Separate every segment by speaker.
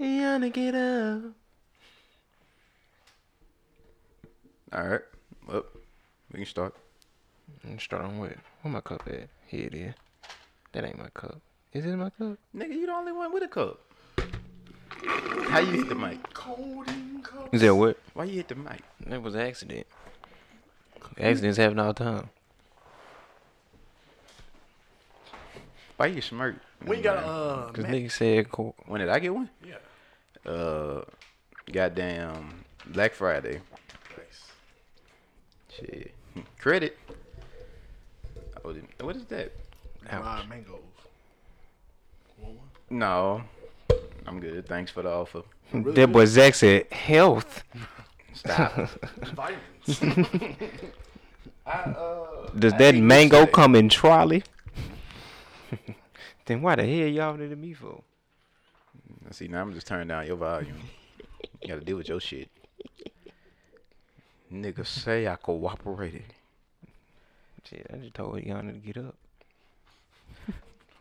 Speaker 1: Rihanna, get up.
Speaker 2: All right. Well, we can start.
Speaker 1: And start on what? Where my cup at? Here it is. That ain't my cup. Is it my cup?
Speaker 2: Nigga, you the only one with a cup. How you hit the mic?
Speaker 1: Is that what?
Speaker 2: Why you hit the mic?
Speaker 1: That was an accident. Accidents happen all the time.
Speaker 2: Why you smirk?
Speaker 3: We got uh,
Speaker 1: Cause
Speaker 3: Matt-
Speaker 1: nigga said, cool.
Speaker 2: When did I get one?
Speaker 3: yeah,
Speaker 2: Uh, goddamn Black Friday.
Speaker 3: nice.
Speaker 2: Shit. Credit. Oh, didn't- what is that?
Speaker 3: Live mangoes. Want one?
Speaker 2: No, I'm good. Thanks for the offer.
Speaker 1: that boy Zach said, health.
Speaker 2: Stop.
Speaker 3: Vitamins.
Speaker 2: I, uh,
Speaker 1: Does
Speaker 2: I
Speaker 1: that
Speaker 2: ate
Speaker 1: mango
Speaker 2: yesterday.
Speaker 1: come in trolley? then why the hell y'all did it me for?
Speaker 2: See, now I'm just turning down your volume. you gotta deal with your shit. Nigga say I cooperated.
Speaker 1: Shit, I just told Yana to get up.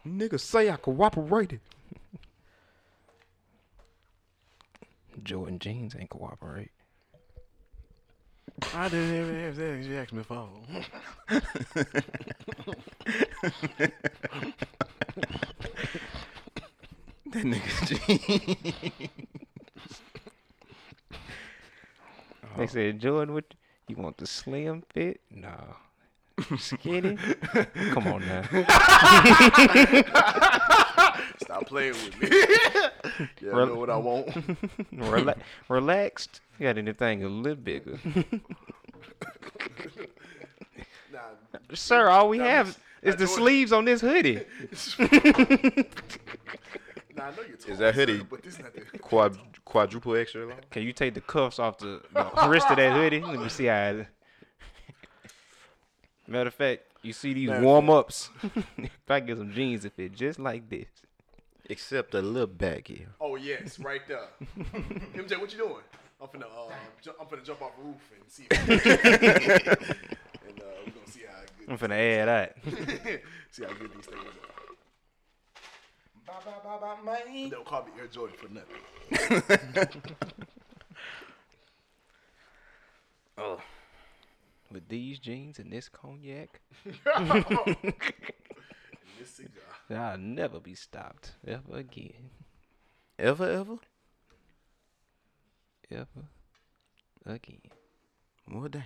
Speaker 2: Nigga say I cooperated.
Speaker 1: Jordan jeans ain't cooperate.
Speaker 3: I didn't even have that. You asked me for.
Speaker 2: That nigga.
Speaker 1: They said, Jordan, what you want the slim fit? No. Skinny? Come on now.
Speaker 3: Stop playing with me. yeah, I know what I want.
Speaker 1: Rela- relaxed. You got anything a little bigger.
Speaker 3: Nah,
Speaker 1: Sir, all we
Speaker 3: Nah,
Speaker 1: have
Speaker 3: nah,
Speaker 1: is the
Speaker 3: Jordan-
Speaker 1: sleeves on this hoodie.
Speaker 3: nah, I know you're tall,
Speaker 2: Is that
Speaker 3: sir,
Speaker 2: hoodie-
Speaker 3: But this not the
Speaker 2: Quad, quadruple extra long.
Speaker 1: Can you take the cuffs off the, the wrist of that hoodie? Let me see how. It, matter of fact, you see these
Speaker 3: Matter of
Speaker 1: warm ups. if I get some jeans that fit just like this,
Speaker 2: Except a little baggy.
Speaker 3: Oh yes, right there. MJ, what you doing? I'm finna uh, ju- I'm finna jump off the roof and see. and uh, we're gonna see how
Speaker 1: I'm finna add that.
Speaker 3: good, see how good these things are. They'll call me Air Jordan for nothing.
Speaker 1: With these jeans and this cognac,
Speaker 3: And this cigar.
Speaker 1: I'll never be stopped ever again,
Speaker 2: Ever, ever?
Speaker 1: ever again.
Speaker 2: Well, damn.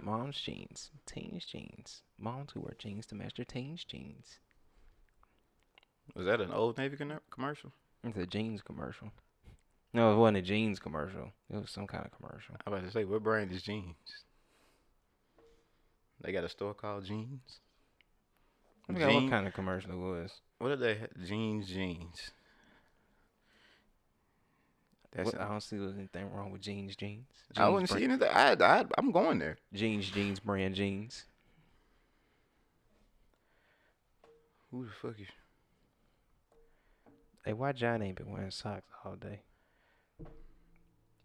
Speaker 1: Mom's jeans, teens jeans. Moms who wear jeans to match their teens jeans.
Speaker 2: Was that an old Navy conner- commercial?
Speaker 1: It's a jeans commercial. No, it wasn't a jeans commercial. It was some kind of commercial.
Speaker 2: I about to say, what brand is jeans? They got a store called Jeans.
Speaker 1: I forgot what
Speaker 2: Jean-
Speaker 1: kind of commercial it was.
Speaker 2: What did they? ha- Jeans, jeans. That's
Speaker 1: What- I don't see there's anything wrong with jeans, jeans.
Speaker 2: I wouldn't see anything. I, I, I'm going there.
Speaker 1: jeans, jeans, brand jeans.
Speaker 2: Who the fuck is?
Speaker 1: Hey, why John ain't been wearing socks all day?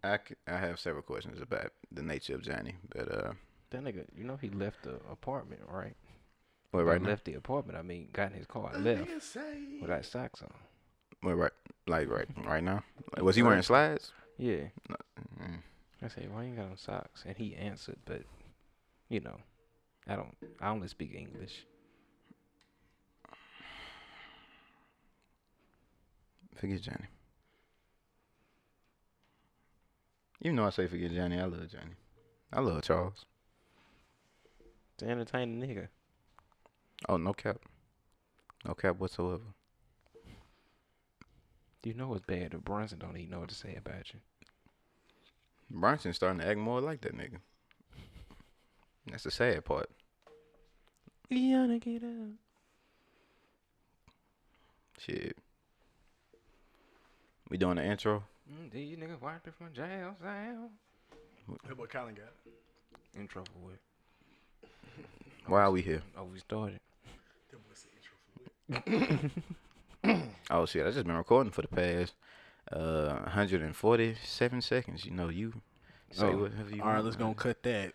Speaker 2: I, c- I have several questions about the nature of Johnny, but uh,
Speaker 1: That nigga, you know he left the apartment, right?
Speaker 2: wait
Speaker 1: Or
Speaker 2: right now,
Speaker 1: left the apartment. I mean, got in his car, and left
Speaker 3: Nigga say-
Speaker 1: without socks on.
Speaker 2: wait right, like right, right now. Like, was he wearing slides?
Speaker 1: Yeah.
Speaker 2: Mm.
Speaker 1: I said, why you ain't got on socks? And he answered, but you know, I don't. I only speak English.
Speaker 2: Forget Johnny. Even though I say forget Johnny, I love Johnny. I love Charles.
Speaker 1: To entertain a nigga.
Speaker 2: Oh, no cap, no cap whatsoever.
Speaker 1: You know it's bad if Brunson don't even know what to say about you.
Speaker 2: Bronson's starting to act more like that nigga. That's the sad part.
Speaker 1: Yana, get up.
Speaker 2: Shit. We doing the intro?
Speaker 1: Mm, These niggas walked from jail cell.
Speaker 3: That boy Colin got.
Speaker 1: Intro for what?
Speaker 2: Why are we here?
Speaker 1: Oh, we started.
Speaker 3: That boy said intro for what?
Speaker 2: Oh shit, I just been recording for the past uh 147 seconds. You know, you say
Speaker 1: Oh,
Speaker 2: whatever you
Speaker 3: All right,
Speaker 2: want,
Speaker 3: let's
Speaker 2: man.
Speaker 3: go cut that.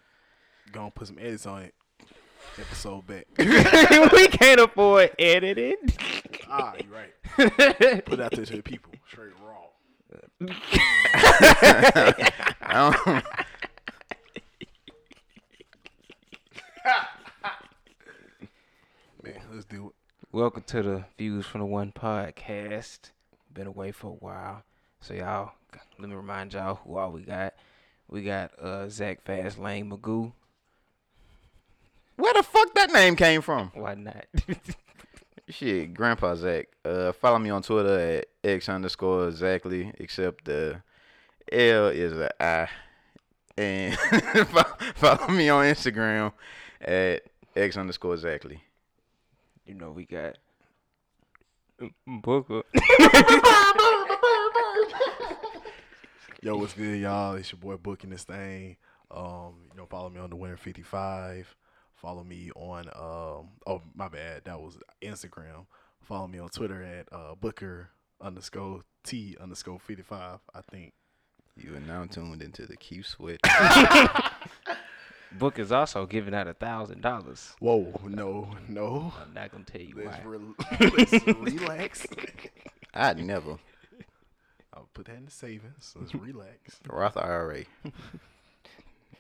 Speaker 3: Gonna put some edits on it. Episode back.
Speaker 1: we can't afford editing.
Speaker 3: ah, you right. Put it out there to the people. Straight raw.
Speaker 2: I don't,
Speaker 3: Man, let's do it.
Speaker 1: Welcome to the Views from the One podcast. Been away for a while. So y'all, let me remind y'all who all we got. We got uh Zach Fast Lane Magoo.
Speaker 2: where the fuck that name came from?
Speaker 1: Why not?
Speaker 2: Shit, Grandpa Zach. Uh, follow me on Twitter at x underscore exactly, except the L is a I. And fo- follow me on Instagram at x underscore exactly.
Speaker 1: you know we got Booker.
Speaker 3: Yo, what's good, y'all? It's your boy booking this thing. Um, you know, follow me on the Winner Fifty Five. Follow me on um. Oh, my bad. That was Instagram. Follow me on Twitter at uh, Booker underscore T underscore Fifty Five. I think.
Speaker 2: You are now tuned into the Q Sweat.
Speaker 1: Book is also giving out a thousand dollars.
Speaker 3: Whoa, no, no.
Speaker 1: I'm not gonna tell you why.
Speaker 3: Let's, re- let's relax.
Speaker 2: I never.
Speaker 3: I'll put that in the savings. Let's relax.
Speaker 2: Roth IRA.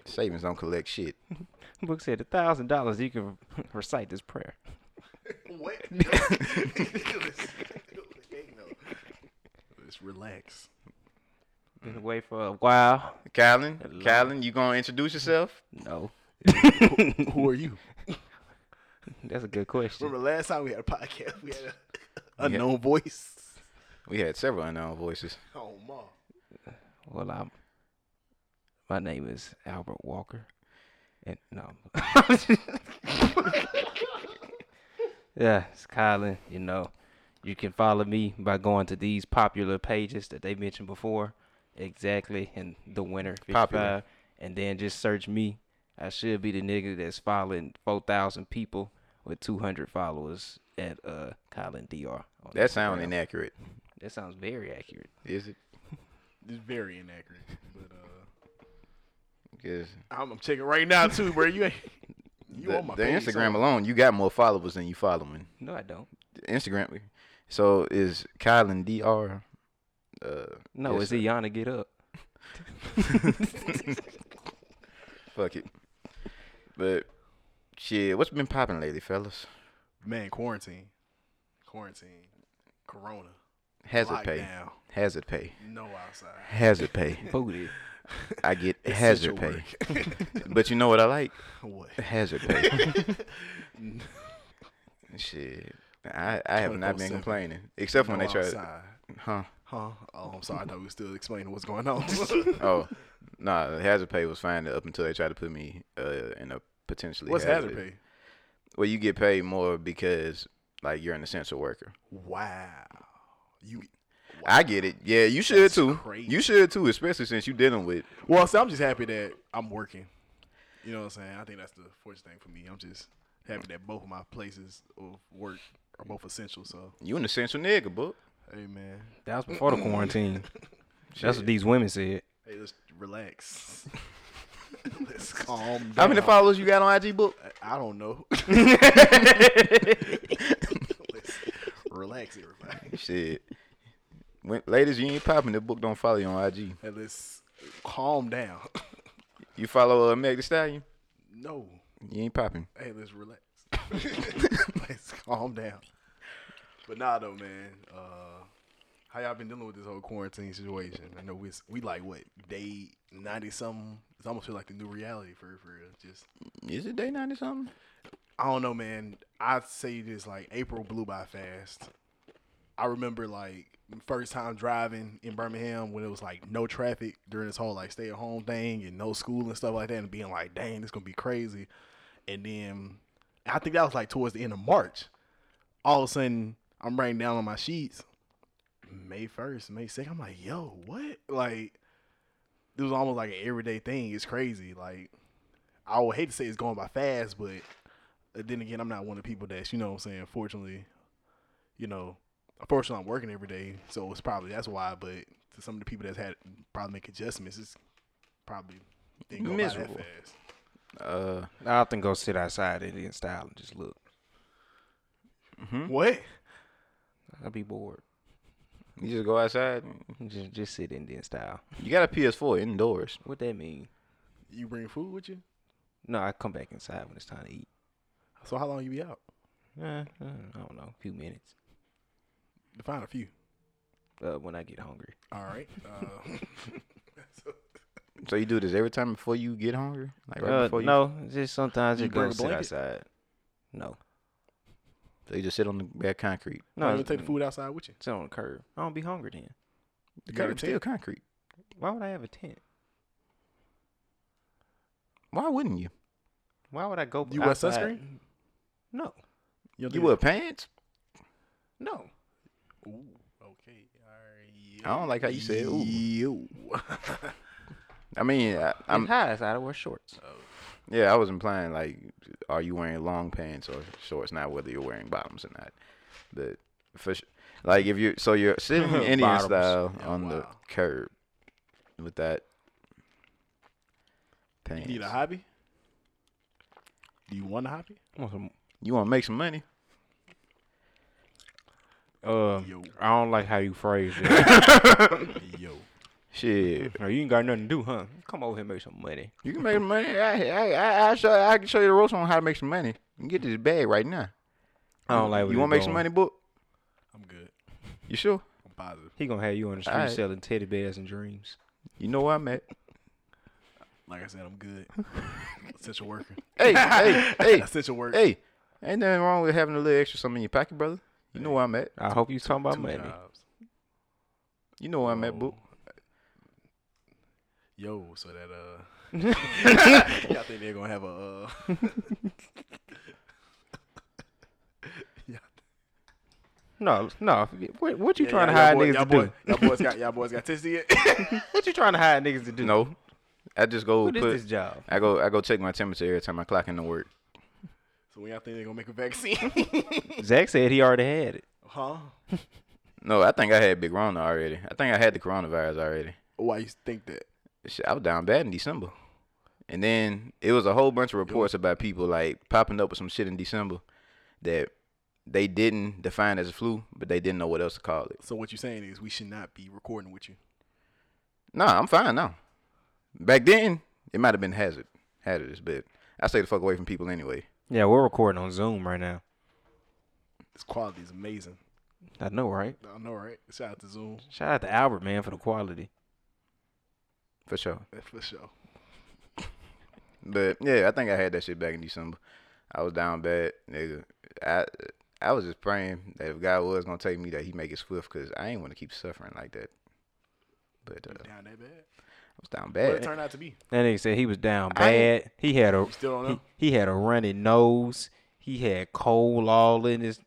Speaker 2: Savings don't collect shit.
Speaker 1: Book said a thousand dollars. You can recite this prayer.
Speaker 3: What? Let's relax.
Speaker 1: Been away for a while.
Speaker 2: Kylan, Kylan, you gonna introduce yourself?
Speaker 1: No,
Speaker 3: Who are you?
Speaker 1: that's a good question.
Speaker 3: Remember last time we had a podcast, we had an unknown voice.
Speaker 2: We had several unknown voices.
Speaker 3: Oh, mom.
Speaker 1: Well, I'm. My name is Albert Walker, and no. yeah, it's Colin. You know, you can follow me by going to these popular pages that they mentioned before, exactly, and the winner
Speaker 2: Popular.
Speaker 1: fifty-five, and then just search me. I should be the nigga that's following four thousand people with two hundred followers at uh Colin Dr. on
Speaker 2: That sounds
Speaker 1: Instagram.
Speaker 2: inaccurate.
Speaker 1: that sounds very accurate.
Speaker 2: Is it?
Speaker 3: It's very inaccurate. But uh,
Speaker 2: Because
Speaker 3: I'm, I'm checking right now, too, bro. You ain't. You
Speaker 2: the,
Speaker 3: on my
Speaker 2: the
Speaker 3: page,
Speaker 2: Instagram
Speaker 3: so-
Speaker 2: alone, you got more followers than you following.
Speaker 1: No, I don't.
Speaker 2: Instagram. So is Kylan Dr. Uh,
Speaker 1: No,
Speaker 2: Yes,
Speaker 1: it's Iana get up.
Speaker 2: fuck it. But shit, what's been popping lately, fellas?
Speaker 3: Man, quarantine. Quarantine. Corona.
Speaker 2: Hazard pay.
Speaker 3: Lockdown.
Speaker 2: Hazard pay.
Speaker 3: No outside.
Speaker 2: Hazard pay.
Speaker 1: Booty.
Speaker 2: I get hazard pay.
Speaker 3: Essential work.
Speaker 2: But you know what I like?
Speaker 3: what?
Speaker 2: Hazard pay. Shit. I, I have not been
Speaker 3: 24/7.
Speaker 2: complaining. Except when
Speaker 3: No
Speaker 2: they try to
Speaker 3: outside.
Speaker 2: Huh.
Speaker 3: Huh? Oh, I'm sorry. I thought we were still explaining what's going on.
Speaker 2: Oh. Nah, hazard pay was fine up until they tried to put me uh, in a potentially
Speaker 3: What's hazard pay?
Speaker 2: Well, you get paid more because like you're an essential worker.
Speaker 3: Wow. You
Speaker 2: I get it. Yeah, you should
Speaker 3: That's
Speaker 2: too.
Speaker 3: crazy.
Speaker 2: You should too, especially since you dealing with
Speaker 3: well, see, I'm just happy that I'm working. You know what I'm saying? I think that's the fortunate thing for me. I'm just happy that both of my places of work are both essential. So,
Speaker 2: you an essential nigga, book.
Speaker 3: hey man,
Speaker 1: That was before the quarantine. That's what these women said.
Speaker 3: hey, let's relax. let's calm down.
Speaker 2: How many followers you got on IG, book?
Speaker 3: I don't know. let's relax, everybody.
Speaker 2: Shit. When, ladies, you ain't popping. The book don't follow you on IG.
Speaker 3: And let's calm down.
Speaker 2: You follow uh, Meg Thee Stallion.
Speaker 3: no.
Speaker 2: You ain't popping.
Speaker 3: hey, let's relax. let's calm down. But nah, though, man. Uh, how y'all been dealing with this whole quarantine situation? I know we we like what day ninety something. It's almost feel like the new reality for for real. Just
Speaker 2: Is it day nine or something?
Speaker 3: I don't know, man. I say this like April blew by fast. I remember like first time driving in Birmingham when it was like no traffic during this whole like stay at home thing and no school and stuff like that and being like, dang, this gonna be crazy. And then I think that was like towards the end of March. All of a sudden, I'm writing down on my sheets May first, May second. I'm like, yo, what? Like, it was almost like an everyday thing. It's crazy. Like, I would hate to say it's going by fast, but uh, then again, I'm not one of the people that's, you know what I'm saying, fortunately, you know, unfortunately, I'm working every day. So it's probably that's why. But to some of the people that's had probably make adjustments, it's probably didn't go by that
Speaker 2: Miserable.
Speaker 3: fast.
Speaker 2: Uh,
Speaker 1: I often go sit outside Indian style and just look.
Speaker 2: mhm.
Speaker 3: What?
Speaker 1: I'd be bored.
Speaker 2: you just go outside.
Speaker 1: Just just sit Indian style.
Speaker 2: You got a PS4 indoors.
Speaker 1: What that mean?
Speaker 3: You bring food with you?
Speaker 1: No, I come back inside when it's time to eat.
Speaker 3: So how long you be out?
Speaker 1: Uh, uh, I don't know, a few minutes.
Speaker 3: Define a few.
Speaker 1: Uh, when I get hungry.
Speaker 3: All right. Uh, so
Speaker 2: So you do this every time before you get hungry, like right
Speaker 1: Uh,
Speaker 2: before you.
Speaker 1: no, just sometimes
Speaker 3: You
Speaker 1: you
Speaker 3: bring
Speaker 1: go
Speaker 3: a
Speaker 1: sit
Speaker 3: blanket?
Speaker 1: outside. No,
Speaker 2: So you just sit on the bare concrete.
Speaker 3: no,
Speaker 1: no,
Speaker 3: you take the food outside with you.
Speaker 1: Sit on the curb. I don't be hungry then.
Speaker 2: The
Speaker 3: You got a
Speaker 2: curb still
Speaker 3: tent?
Speaker 2: concrete.
Speaker 1: Why would I have a tent?
Speaker 2: Why wouldn't you?
Speaker 1: Why would I go?
Speaker 3: You wear
Speaker 1: outside?
Speaker 3: sunscreen?
Speaker 1: No,
Speaker 3: don't
Speaker 2: You
Speaker 3: do
Speaker 2: wear pants?
Speaker 1: no.
Speaker 3: that? Ooh, okay. All right.
Speaker 2: I don't like how you said ooh.
Speaker 3: You.
Speaker 2: I mean, I,
Speaker 1: I'm
Speaker 2: I'm
Speaker 1: high, so I wear shorts.
Speaker 2: yeah. I was implying like, are you wearing long pants or shorts? Not whether you're wering bottoms or not. But for sh- like, if you so you're sitting Indian
Speaker 1: Bottoms. Oh,
Speaker 2: style on the
Speaker 3: wow.
Speaker 2: curb with that pants.
Speaker 3: need a hobby? Do you want a hobby?
Speaker 1: Want some-
Speaker 2: You want to make some money?
Speaker 1: Uh,
Speaker 3: Yo.
Speaker 1: I don't like how you phrase it.
Speaker 3: Yo.
Speaker 2: Shit,
Speaker 1: No, you ain't got nothing to do, huh? Come over here and make some money.
Speaker 2: you can make some money. I, I, I, I, show, I can show you the ropes on how to make some money. You can get this bag right now.
Speaker 1: I don't like. Where
Speaker 2: you
Speaker 1: want to
Speaker 2: make some money, book?
Speaker 3: I'm good.
Speaker 2: You sure?
Speaker 3: I'm positive.
Speaker 1: He gonna have you on the street
Speaker 2: Alright.
Speaker 1: selling teddy bears and dreams.
Speaker 2: You know where I'm at.
Speaker 3: Like I said, I'm good. Essential worker.
Speaker 2: Hey, hey, hey,
Speaker 3: Essential worker.
Speaker 2: hey! Ain't nothing wrong with having a little extra something in your pocket, brother. You know where I'm at.
Speaker 1: I hope you talking about
Speaker 3: Two
Speaker 1: money.
Speaker 3: jobs.
Speaker 2: You know where I'm at, book.
Speaker 1: Oh.
Speaker 3: Yo, so that uh, y'all think they're gonna have a uh,
Speaker 1: No, no. What, what you trying to
Speaker 3: y'all
Speaker 1: hide
Speaker 3: boy-
Speaker 1: niggas
Speaker 3: y'all
Speaker 1: to do?
Speaker 3: boy- Y'all boys got y'all boys got tested yet?
Speaker 1: What you trying to hide niggas to do?
Speaker 2: No, I just go
Speaker 1: What is
Speaker 2: put.
Speaker 1: this job?
Speaker 2: I go. I go check my temperature every time I clock in to work.
Speaker 3: so when y'all think they're gonna make a vaccine?
Speaker 1: Zach said he already had it.
Speaker 3: huh?
Speaker 2: No, I think I had Big Rona already. I think I had the coronavirus already.
Speaker 3: Why you think that?
Speaker 2: Shit, I was down bad in December, and then it was a whole bunch of reports about people like popping up with some shit in December that they didn't define as a flu, but they didn't know what else to call it.
Speaker 3: So what you're saying is we should not be recording with you.
Speaker 2: Nah, I'm fine now. Back then, it might have been hazard, hazardous, but I stay the fuck away from people anyway.
Speaker 1: Yeah, we're recording on Zoom right now.
Speaker 3: This quality is amazing.
Speaker 1: I know, right?
Speaker 3: I know, right? Shout out to Zoom
Speaker 1: Shout out to Albert, man, for the quality.
Speaker 2: For sure.
Speaker 3: for sure.
Speaker 2: But yeah, I think I had that shit back in December. I was down bad, nigga. I I was just praying that if God was gonna take me, that He make it swift, cause I ain't want to keep suffering like that. But uh, I
Speaker 3: Down that bad.
Speaker 2: was down
Speaker 3: What it
Speaker 2: bad.
Speaker 3: turned out to be?
Speaker 1: That nigga said he was down
Speaker 2: I ain't-
Speaker 1: bad. He had a
Speaker 3: You still don't know?
Speaker 1: he, he had a runny nose. He had cold all in his.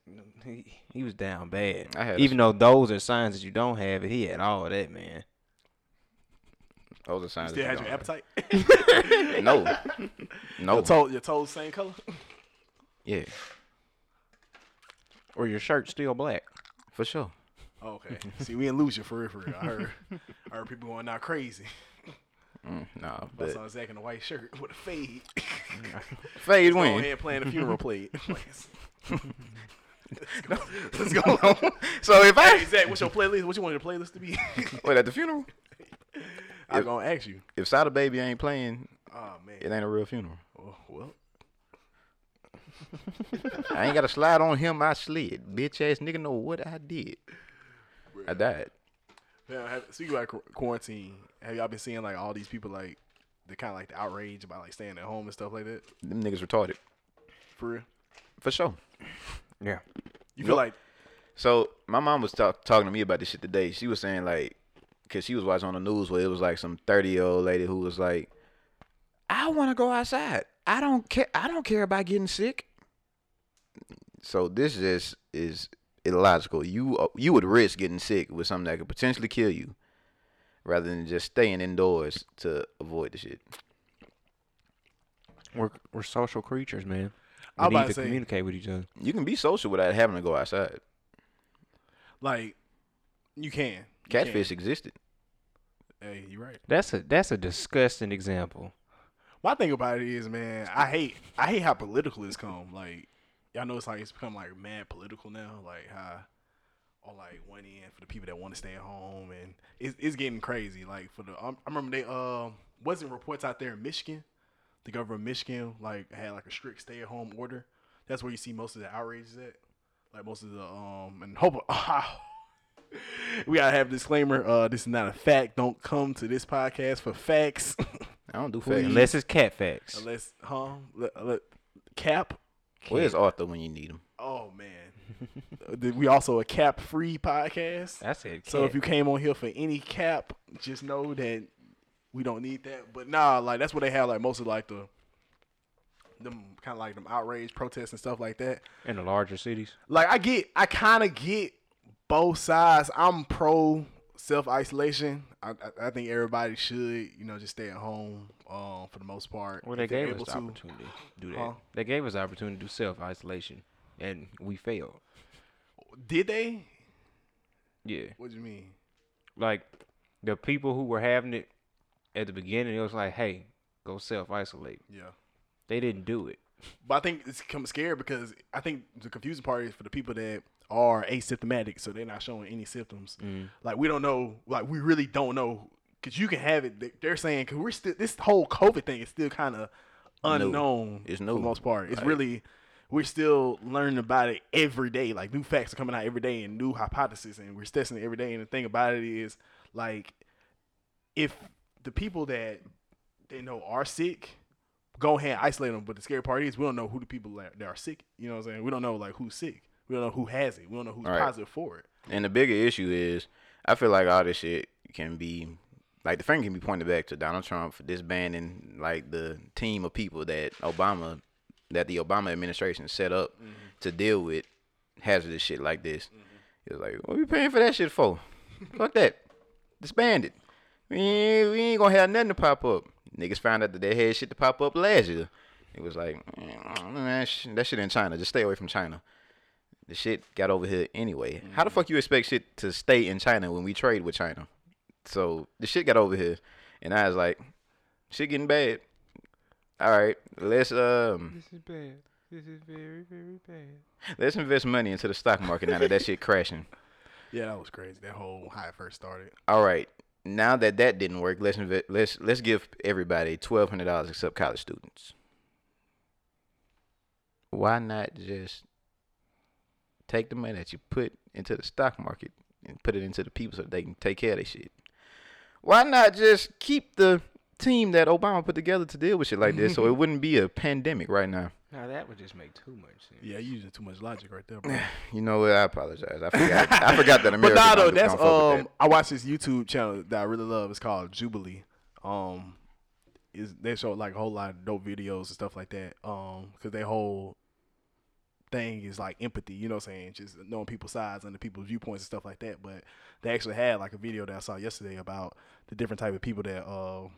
Speaker 1: He, he was down bad.
Speaker 2: I had a
Speaker 1: Even though those are signs that you don't have it, he had all that, man.
Speaker 2: Those are signs.
Speaker 3: Still
Speaker 2: that
Speaker 3: had
Speaker 2: you
Speaker 3: your
Speaker 2: don't
Speaker 3: appetite?
Speaker 2: have- No, no.
Speaker 3: Your toe, your toes same color?
Speaker 2: yeah,
Speaker 1: Or your shirt still black.
Speaker 2: for sure.
Speaker 3: Oh, okay. See, we didn't lose you for real, for real. I heard, I heard people going out crazy.
Speaker 2: Mm, nah,
Speaker 3: I
Speaker 2: but
Speaker 3: saw Zach in a white shirt with a fade.
Speaker 2: fade
Speaker 3: Go
Speaker 2: win.
Speaker 3: ahead playing the funeral plate.
Speaker 2: Let's go. so if
Speaker 3: hey,
Speaker 2: I
Speaker 3: Zach, what's your playlist? What you want your playlist to be?
Speaker 2: wait at the funeral,
Speaker 3: I'm gonna ask you.
Speaker 2: if Sada Baby ain't playing,
Speaker 3: Oh man.
Speaker 2: it ain't a real funeral.
Speaker 3: Oh, well,
Speaker 2: I ain't got to slide on him. I slid. Bitch ass nigga know what I did. I died.
Speaker 3: now, have, speaking about qu- quarantine, have y'all been seeing like all these people like the kind of like the outrage about like staying at home and stuff like that?
Speaker 2: Them niggas retarded.
Speaker 3: For real,
Speaker 2: For sure.
Speaker 1: Yeah.
Speaker 3: you
Speaker 2: Nope.
Speaker 3: feel like
Speaker 2: So my mom was talk, talking to me about this shit today. She was saying like, cause she was watching on the news where it was like some thirty year old lady who was like, "I want to go outside. I don't care. I don't care about getting sick." So this just is illogical. You uh, you would risk getting sick with something that could potentially kill you, rather than just staying indoors to avoid the shit.
Speaker 1: We're we're social creatures, man.
Speaker 3: I
Speaker 1: We
Speaker 3: was
Speaker 1: need
Speaker 3: about to
Speaker 1: to
Speaker 3: say-
Speaker 1: communicate with each other.
Speaker 2: You can be social without having to go outside.
Speaker 3: like you can You can.
Speaker 2: Catfish existed.
Speaker 3: Hey, you right.
Speaker 1: That's a that's a disgusting example.
Speaker 3: My thing about it is, man, I hate I hate how political it's come. Like y'all know it's like it's become like mad political now. Like how on like one end for the people that want to stay at home and it's it's getting crazy. Like for the um, I remember they um wasn't reports out there in Michigan, the governor of Michigan like had like a strict stay at home order. That's where you see most of the outrages at. Like most of the um and hope we gotta have a disclaimer. Uh, this is not a fact. Don't come to this podcast for facts.
Speaker 2: I don't do facts.
Speaker 1: Unless it's cat facts.
Speaker 3: Unless, huh? Le- le- cap.
Speaker 2: Where's Arthur when you need him?
Speaker 3: Oh man, Uh, th- we also a cap free podcast.
Speaker 1: I said cat.
Speaker 3: So if you came on here for any cap, just know that we don't need that. But nah, like that's what they have. Like most of like the them kind of like them outrage protests and stuff like that.
Speaker 1: in the larger cities,
Speaker 3: like I get, I kind of get both sides. I'm pro self isolation. I, I, I think everybody should, you know, just stay at home um, for the most part.
Speaker 1: well, they
Speaker 3: If they're
Speaker 1: gave us
Speaker 3: able
Speaker 1: the
Speaker 3: to.
Speaker 1: opportunity to do that.
Speaker 3: Huh?
Speaker 1: They gave us the opportunity to do self isolation, and we failed.
Speaker 3: Did they?
Speaker 1: Yeah,
Speaker 3: What do you mean?
Speaker 1: like the people who were having it at the beginning, it was like, hey, go self isolate.
Speaker 3: Yeah.
Speaker 1: They didn't do it.
Speaker 3: But I think it's come scary because I think the confusing part is for the people that are asymptomatic, so they're not showing any symptoms. Like we don't know, like we really don't know, because you can have it. They- They're saying because we're still this whole COVID thing is still kind of unknown.
Speaker 2: It's
Speaker 3: for
Speaker 2: new.
Speaker 3: the most part. It's
Speaker 2: Right.
Speaker 3: really we're still learning about it every day. Like new facts are coming out every day and new hypotheses, and we're testing it every day. And the thing about it is, like, if the people that they know are sick, go ahead and isolate them. But the scary part is we don't know who the people that, that are sick. You know what I'm saying? We don't know like who's sick. We don't know who has it. We don't know who's
Speaker 2: Right.
Speaker 3: positive for it.
Speaker 2: And the bigger issue is, I feel like all this shit can be, like the finger can be pointed back to Donald Trump for disbanding like the team of people that Obama, that the Obama administration set up to deal with hazardous shit like this. It's like, what we paying for that shit for? Fuck that, disband it. We ain't, we ain't gonna have nothing to pop up. Niggas found out that they had shit to pop up last year. It was like, "Mm, that shit- that shit in China. Just stay away from China the shit got over here anyway. How the fuck you expect shit to stay in China when we trade with China? So the shit got over here, and I was like, shit getting bad. All right, let's um
Speaker 1: This is bad. This is very, very bad.
Speaker 2: let's invest money into the stock market now that that shit crashing.
Speaker 3: Yeah, that was crazy. That whole how it first started.
Speaker 2: All right, now that that didn't work, let's inve- let's let's give everybody twelve hundred dollars except college students. Why not just take the money that you put into the stock market and put it into the people so they can take care of their shit? Why not just keep the team that Obama put together to deal with shit like this so it wouldn't be a pandemic right now?
Speaker 1: Now that would just make too much sense.
Speaker 3: Yeah, you using too much logic right there, bro.
Speaker 2: You know what? I apologize. I forgot. I forgot that
Speaker 3: but
Speaker 2: America.
Speaker 3: nah,
Speaker 2: don't
Speaker 3: though,
Speaker 2: do-
Speaker 3: that's
Speaker 2: don't fuck with
Speaker 3: um. I watch this YouTube channel that I really love. It's called Jubilee. Um, is they show like a whole lot of dope videos and stuff like that. Um, because their whole thing is like empathy. You know what I'm saying? Just knowing people's sides and the people's viewpoints and stuff like that. But they actually had like a video that I saw yesterday about the different type of people that uh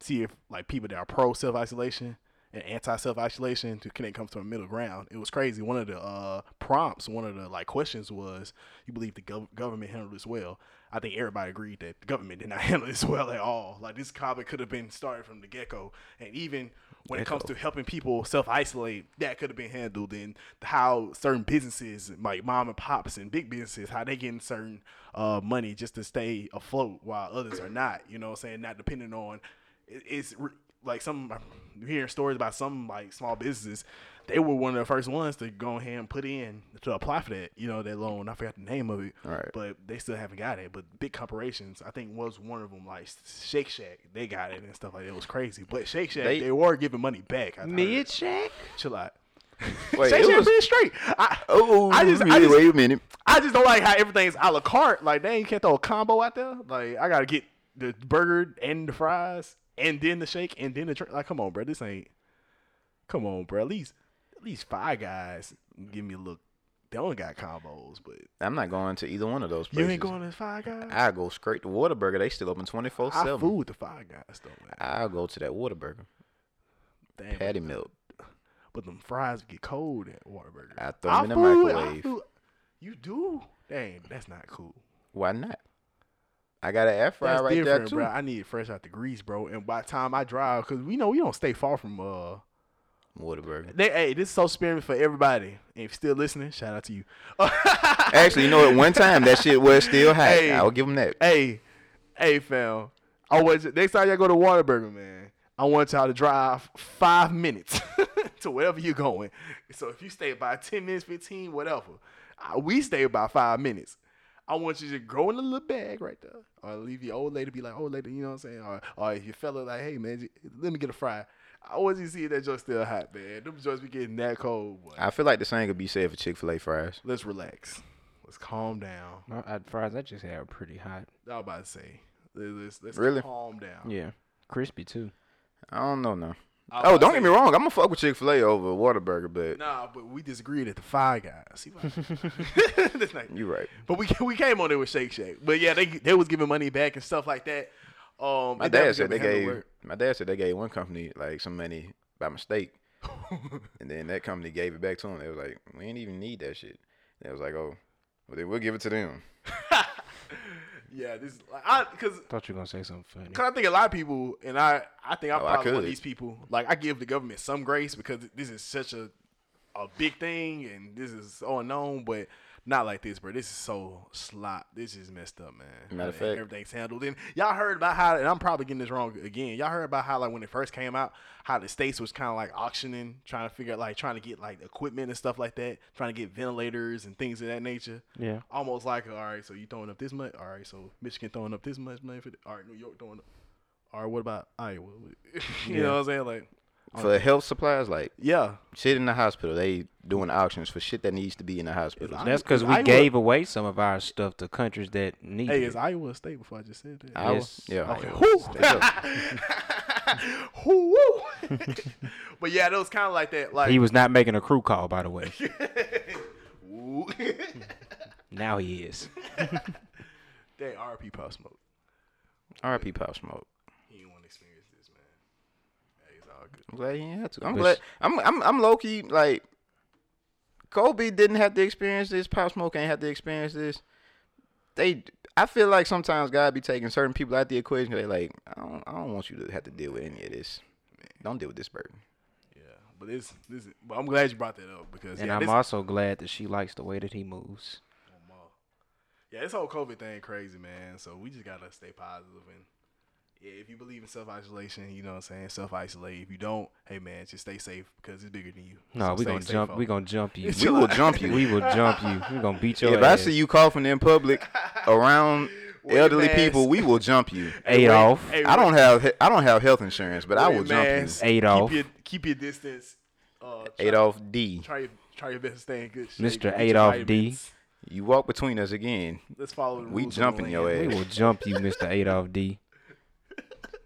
Speaker 3: see if like people that are pro self isolation and anti self isolation to connect comes to a middle ground. It was crazy. One of the uh, prompts, one of the like questions was, "You believe the gov- government handled this well?" I think everybody agreed that the government did not handle this well at all. Like this topic could have been started from the get go, and even when it comes to helping people self isolate, that could have been handled. And how certain businesses, like mom and pops and big businesses, how they getting certain uh, money just to stay afloat while others are not. You know, what I'm saying not depending on it- it's re- like some you hearing stories about some like small businesses. They were one of the first ones to go ahead and put in to apply for that, you know, that loan. I forgot the name of it,
Speaker 2: Right.
Speaker 3: but they still haven't got it. But big corporations, I think, was one of them, like Shake Shack, they got it and stuff like that. It was crazy, but Shake Shack, they,
Speaker 2: They-
Speaker 3: were giving money back. I heard.
Speaker 1: Shack?
Speaker 3: chill out.
Speaker 2: that. Wait,
Speaker 3: um, Shake
Speaker 2: it
Speaker 3: Shack
Speaker 2: was-
Speaker 3: being straight. I,
Speaker 2: oh,
Speaker 3: I just- I just-
Speaker 2: wait a minute.
Speaker 3: I just don't like how everything's a la carte. Like, dang, you can't throw a combo out there. Like, I gotta get the burger and the fries and then the shake and then the drink. Like, come on, bro. This ain't. Come on, bro. At least, at least five guys give me a look. They only got combos, but
Speaker 2: I'm not going to either one of those
Speaker 3: you
Speaker 2: places.
Speaker 3: ain't going to five guys.
Speaker 2: I go straight to Whataburger. They still open 24
Speaker 3: I,
Speaker 2: 7.
Speaker 3: fooled the five guys though, man.
Speaker 2: I'll go to that Whataburger.
Speaker 3: Damn,
Speaker 2: Patty melt.
Speaker 3: but them fries get cold at Waterburger.
Speaker 2: I throw them in the
Speaker 3: fooled- I
Speaker 2: microwave.
Speaker 3: fooled- You do? Dang, that's not cool.
Speaker 2: Why not? I got an air fryer
Speaker 3: That's
Speaker 2: right there
Speaker 3: different,
Speaker 2: too.
Speaker 3: bro. I need it fresh out the grease, bro. And by the time I drive, cause we know we don't stay far from uh
Speaker 2: Whataburger.
Speaker 3: They, hey, this is so sparing for everybody. And if you're still listening, shout out to you.
Speaker 2: Actually, you know what? One time that shit was still hot.
Speaker 3: Hey.
Speaker 2: I'll give them that.
Speaker 3: hey, hey, fam. I was next time y'all go to Waterburger, man. I want y'all to drive five minutes to wherever you're going. So if you stay about ten minutes, fifteen, whatever, I, we stay about five minutes. I want you to go in the little bag right there, or leave your old lady be like, old lady, you know what I'm saying? Or, or if your fella like, hey man, j- let me get a fry. I want you to see that joint still hot, man. Them joints be getting that cold. Boy.
Speaker 2: I feel like the same could be said for Chick Fil A fries.
Speaker 3: Let's relax. Let's calm down.
Speaker 1: My uh, fries I just had were pretty hot.
Speaker 3: I was about to say, let's, let's, let's
Speaker 2: Really?
Speaker 3: calm down.
Speaker 1: Yeah, crispy too.
Speaker 2: I don't know no.
Speaker 3: I was
Speaker 2: Oh,
Speaker 3: about
Speaker 2: don't
Speaker 3: to
Speaker 2: get
Speaker 3: say,
Speaker 2: me wrong. I'm gonna fuck with Chick Fil A over Whataburger, but
Speaker 3: Nah, but we disagreed at the Five Guys. See what That's not-
Speaker 2: you're right.
Speaker 3: but we we came on there with Shake Shack. But yeah, they they was giving money back and stuff like that. Um,
Speaker 2: My
Speaker 3: it definitely
Speaker 2: dad said they
Speaker 3: didn't
Speaker 2: gave
Speaker 3: handle work.
Speaker 2: my dad said they gave one company like some money by mistake, and then that company gave it back to them. They was like, we didn't even need that shit. They was like, oh, well then we'll give it to them.
Speaker 3: Yeah, this like I because.
Speaker 1: Thought you were gonna say something funny.
Speaker 3: Cause I think a lot of people, and I, I think I'm
Speaker 2: Oh, I
Speaker 3: probably one of
Speaker 2: could.
Speaker 3: these people. Like I give the government some grace because this is such a, a big thing, and this is so unknown. But not like this, bro. This is so slop. This is messed up, man.
Speaker 2: Matter of
Speaker 3: How
Speaker 2: fact.
Speaker 3: everything's handled. And y'all heard about how, and I'm probably getting this wrong again. Y'all heard about how like when it first came out, how the states was kind of like auctioning, trying to figure out like trying to get like equipment and stuff like that, trying to get ventilators and things of that nature
Speaker 1: Yeah,
Speaker 3: almost like all right, so you throwing up this much. All right, so Michigan throwing up this much money for. The, all right, New York throwing up. All right, what about Iowa? you know what I'm saying? Like,
Speaker 2: For health supplies, like
Speaker 3: yeah,
Speaker 2: shit in the hospital, they doing auctions for shit that needs to be in the hospital.
Speaker 3: It's
Speaker 1: that's because
Speaker 3: is
Speaker 1: we
Speaker 3: Iowa-
Speaker 1: gave away some of our stuff to countries that need
Speaker 3: hey,
Speaker 1: it.
Speaker 3: it's Iowa a State before I just said that.
Speaker 2: Iowa?
Speaker 1: Yes.
Speaker 2: Yeah.
Speaker 3: Okay, whoo.
Speaker 1: Ah.
Speaker 3: Whoo, whoo. but yeah, that was kind of like that. Like,
Speaker 1: He was not making a crew call, by the way.
Speaker 3: Woo.
Speaker 1: now he is.
Speaker 3: Dang, RP Pop Smoke.
Speaker 2: R.I.P. Pop Smoke.
Speaker 3: He didn't want to experience this, man. Hey, it's all good.
Speaker 2: I'm glad he didn't have to. I'm
Speaker 1: But
Speaker 2: glad.
Speaker 1: sh-
Speaker 2: I'm I'm I'm low key like. Kobe didn't have to experience this. Pop Smoke ain't have to experience this. They, I feel like sometimes God be taking certain people out the equation. They like, I don't, I don't want you to have to deal with any of this. Don't deal with this burden.
Speaker 3: Yeah, but this, this. is- But I'm glad you brought that up because
Speaker 1: And
Speaker 3: yeah,
Speaker 1: I'm
Speaker 3: this,
Speaker 1: also glad that she likes the way that he moves.
Speaker 3: Yeah, this whole COVID thing crazy, man. So we just gotta stay positive and yeah, if you believe in self isolation, you know what I'm saying, self isolate. If you don't, hey man, just stay safe because it's bigger than you.
Speaker 1: No,
Speaker 3: So
Speaker 1: we
Speaker 3: stay
Speaker 1: gonna
Speaker 3: safe,
Speaker 1: jump.
Speaker 3: folks.
Speaker 1: We gonna jump you.
Speaker 2: We will jump you.
Speaker 1: we will jump you. We gonna beat your
Speaker 2: If I
Speaker 1: ass.
Speaker 2: see you coughing in public around
Speaker 3: Wear your
Speaker 2: elderly
Speaker 3: mask.
Speaker 2: people, we will jump you.
Speaker 1: Adolf.
Speaker 3: Hey,
Speaker 2: I don't have he- I don't have health insurance, but I
Speaker 3: wear
Speaker 2: will
Speaker 3: your
Speaker 2: jump you.
Speaker 3: mask,
Speaker 1: Adolf.
Speaker 3: Keep your, keep your distance. Uh, try,
Speaker 2: Adolf D.
Speaker 3: Try your, try your best to stay in good shape.
Speaker 1: Mr.
Speaker 3: Get your
Speaker 1: Adolf D.
Speaker 3: vitamins.
Speaker 2: You walk between us again.
Speaker 3: Let's follow the
Speaker 2: We
Speaker 3: rules of the
Speaker 2: jumping your
Speaker 3: land.
Speaker 1: we
Speaker 2: ass.
Speaker 1: will jump you, Mister Adolf D.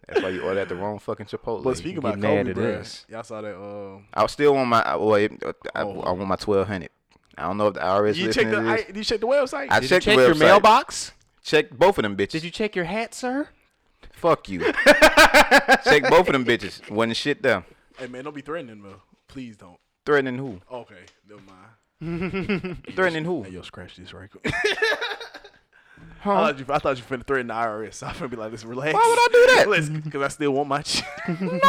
Speaker 2: That's why you order at the wrong fucking Chipotle.
Speaker 3: But speaking about
Speaker 1: get mad
Speaker 3: Kobe,
Speaker 1: at
Speaker 3: bro,
Speaker 1: us.
Speaker 3: y'all saw that. Um,
Speaker 2: I still want my. I- Well, it- I, I,
Speaker 3: Oh.
Speaker 2: I want my twelve hundred. I don't know if the IRS
Speaker 3: you check
Speaker 2: listening
Speaker 3: the
Speaker 2: to this.
Speaker 3: I, you check the website.
Speaker 2: I
Speaker 1: Did
Speaker 2: checked
Speaker 1: you check
Speaker 2: the
Speaker 1: your
Speaker 2: website.
Speaker 1: mailbox?
Speaker 2: Check both of them bitches.
Speaker 1: Did you check your hat, sir?
Speaker 2: Fuck you. check both of them bitches. Wasn't shit there.
Speaker 3: hey man, don't be threatening me. Please don't.
Speaker 2: Threatening who?
Speaker 3: Okay, never mind.
Speaker 2: Threatening who?
Speaker 3: Hey, yo, scratch this right quick. I thought you, I thought you finna threaten the IRS. So I'm finna be like, listen, relax.
Speaker 2: Why would I do that?
Speaker 3: Listen, because I still want my check.
Speaker 2: No,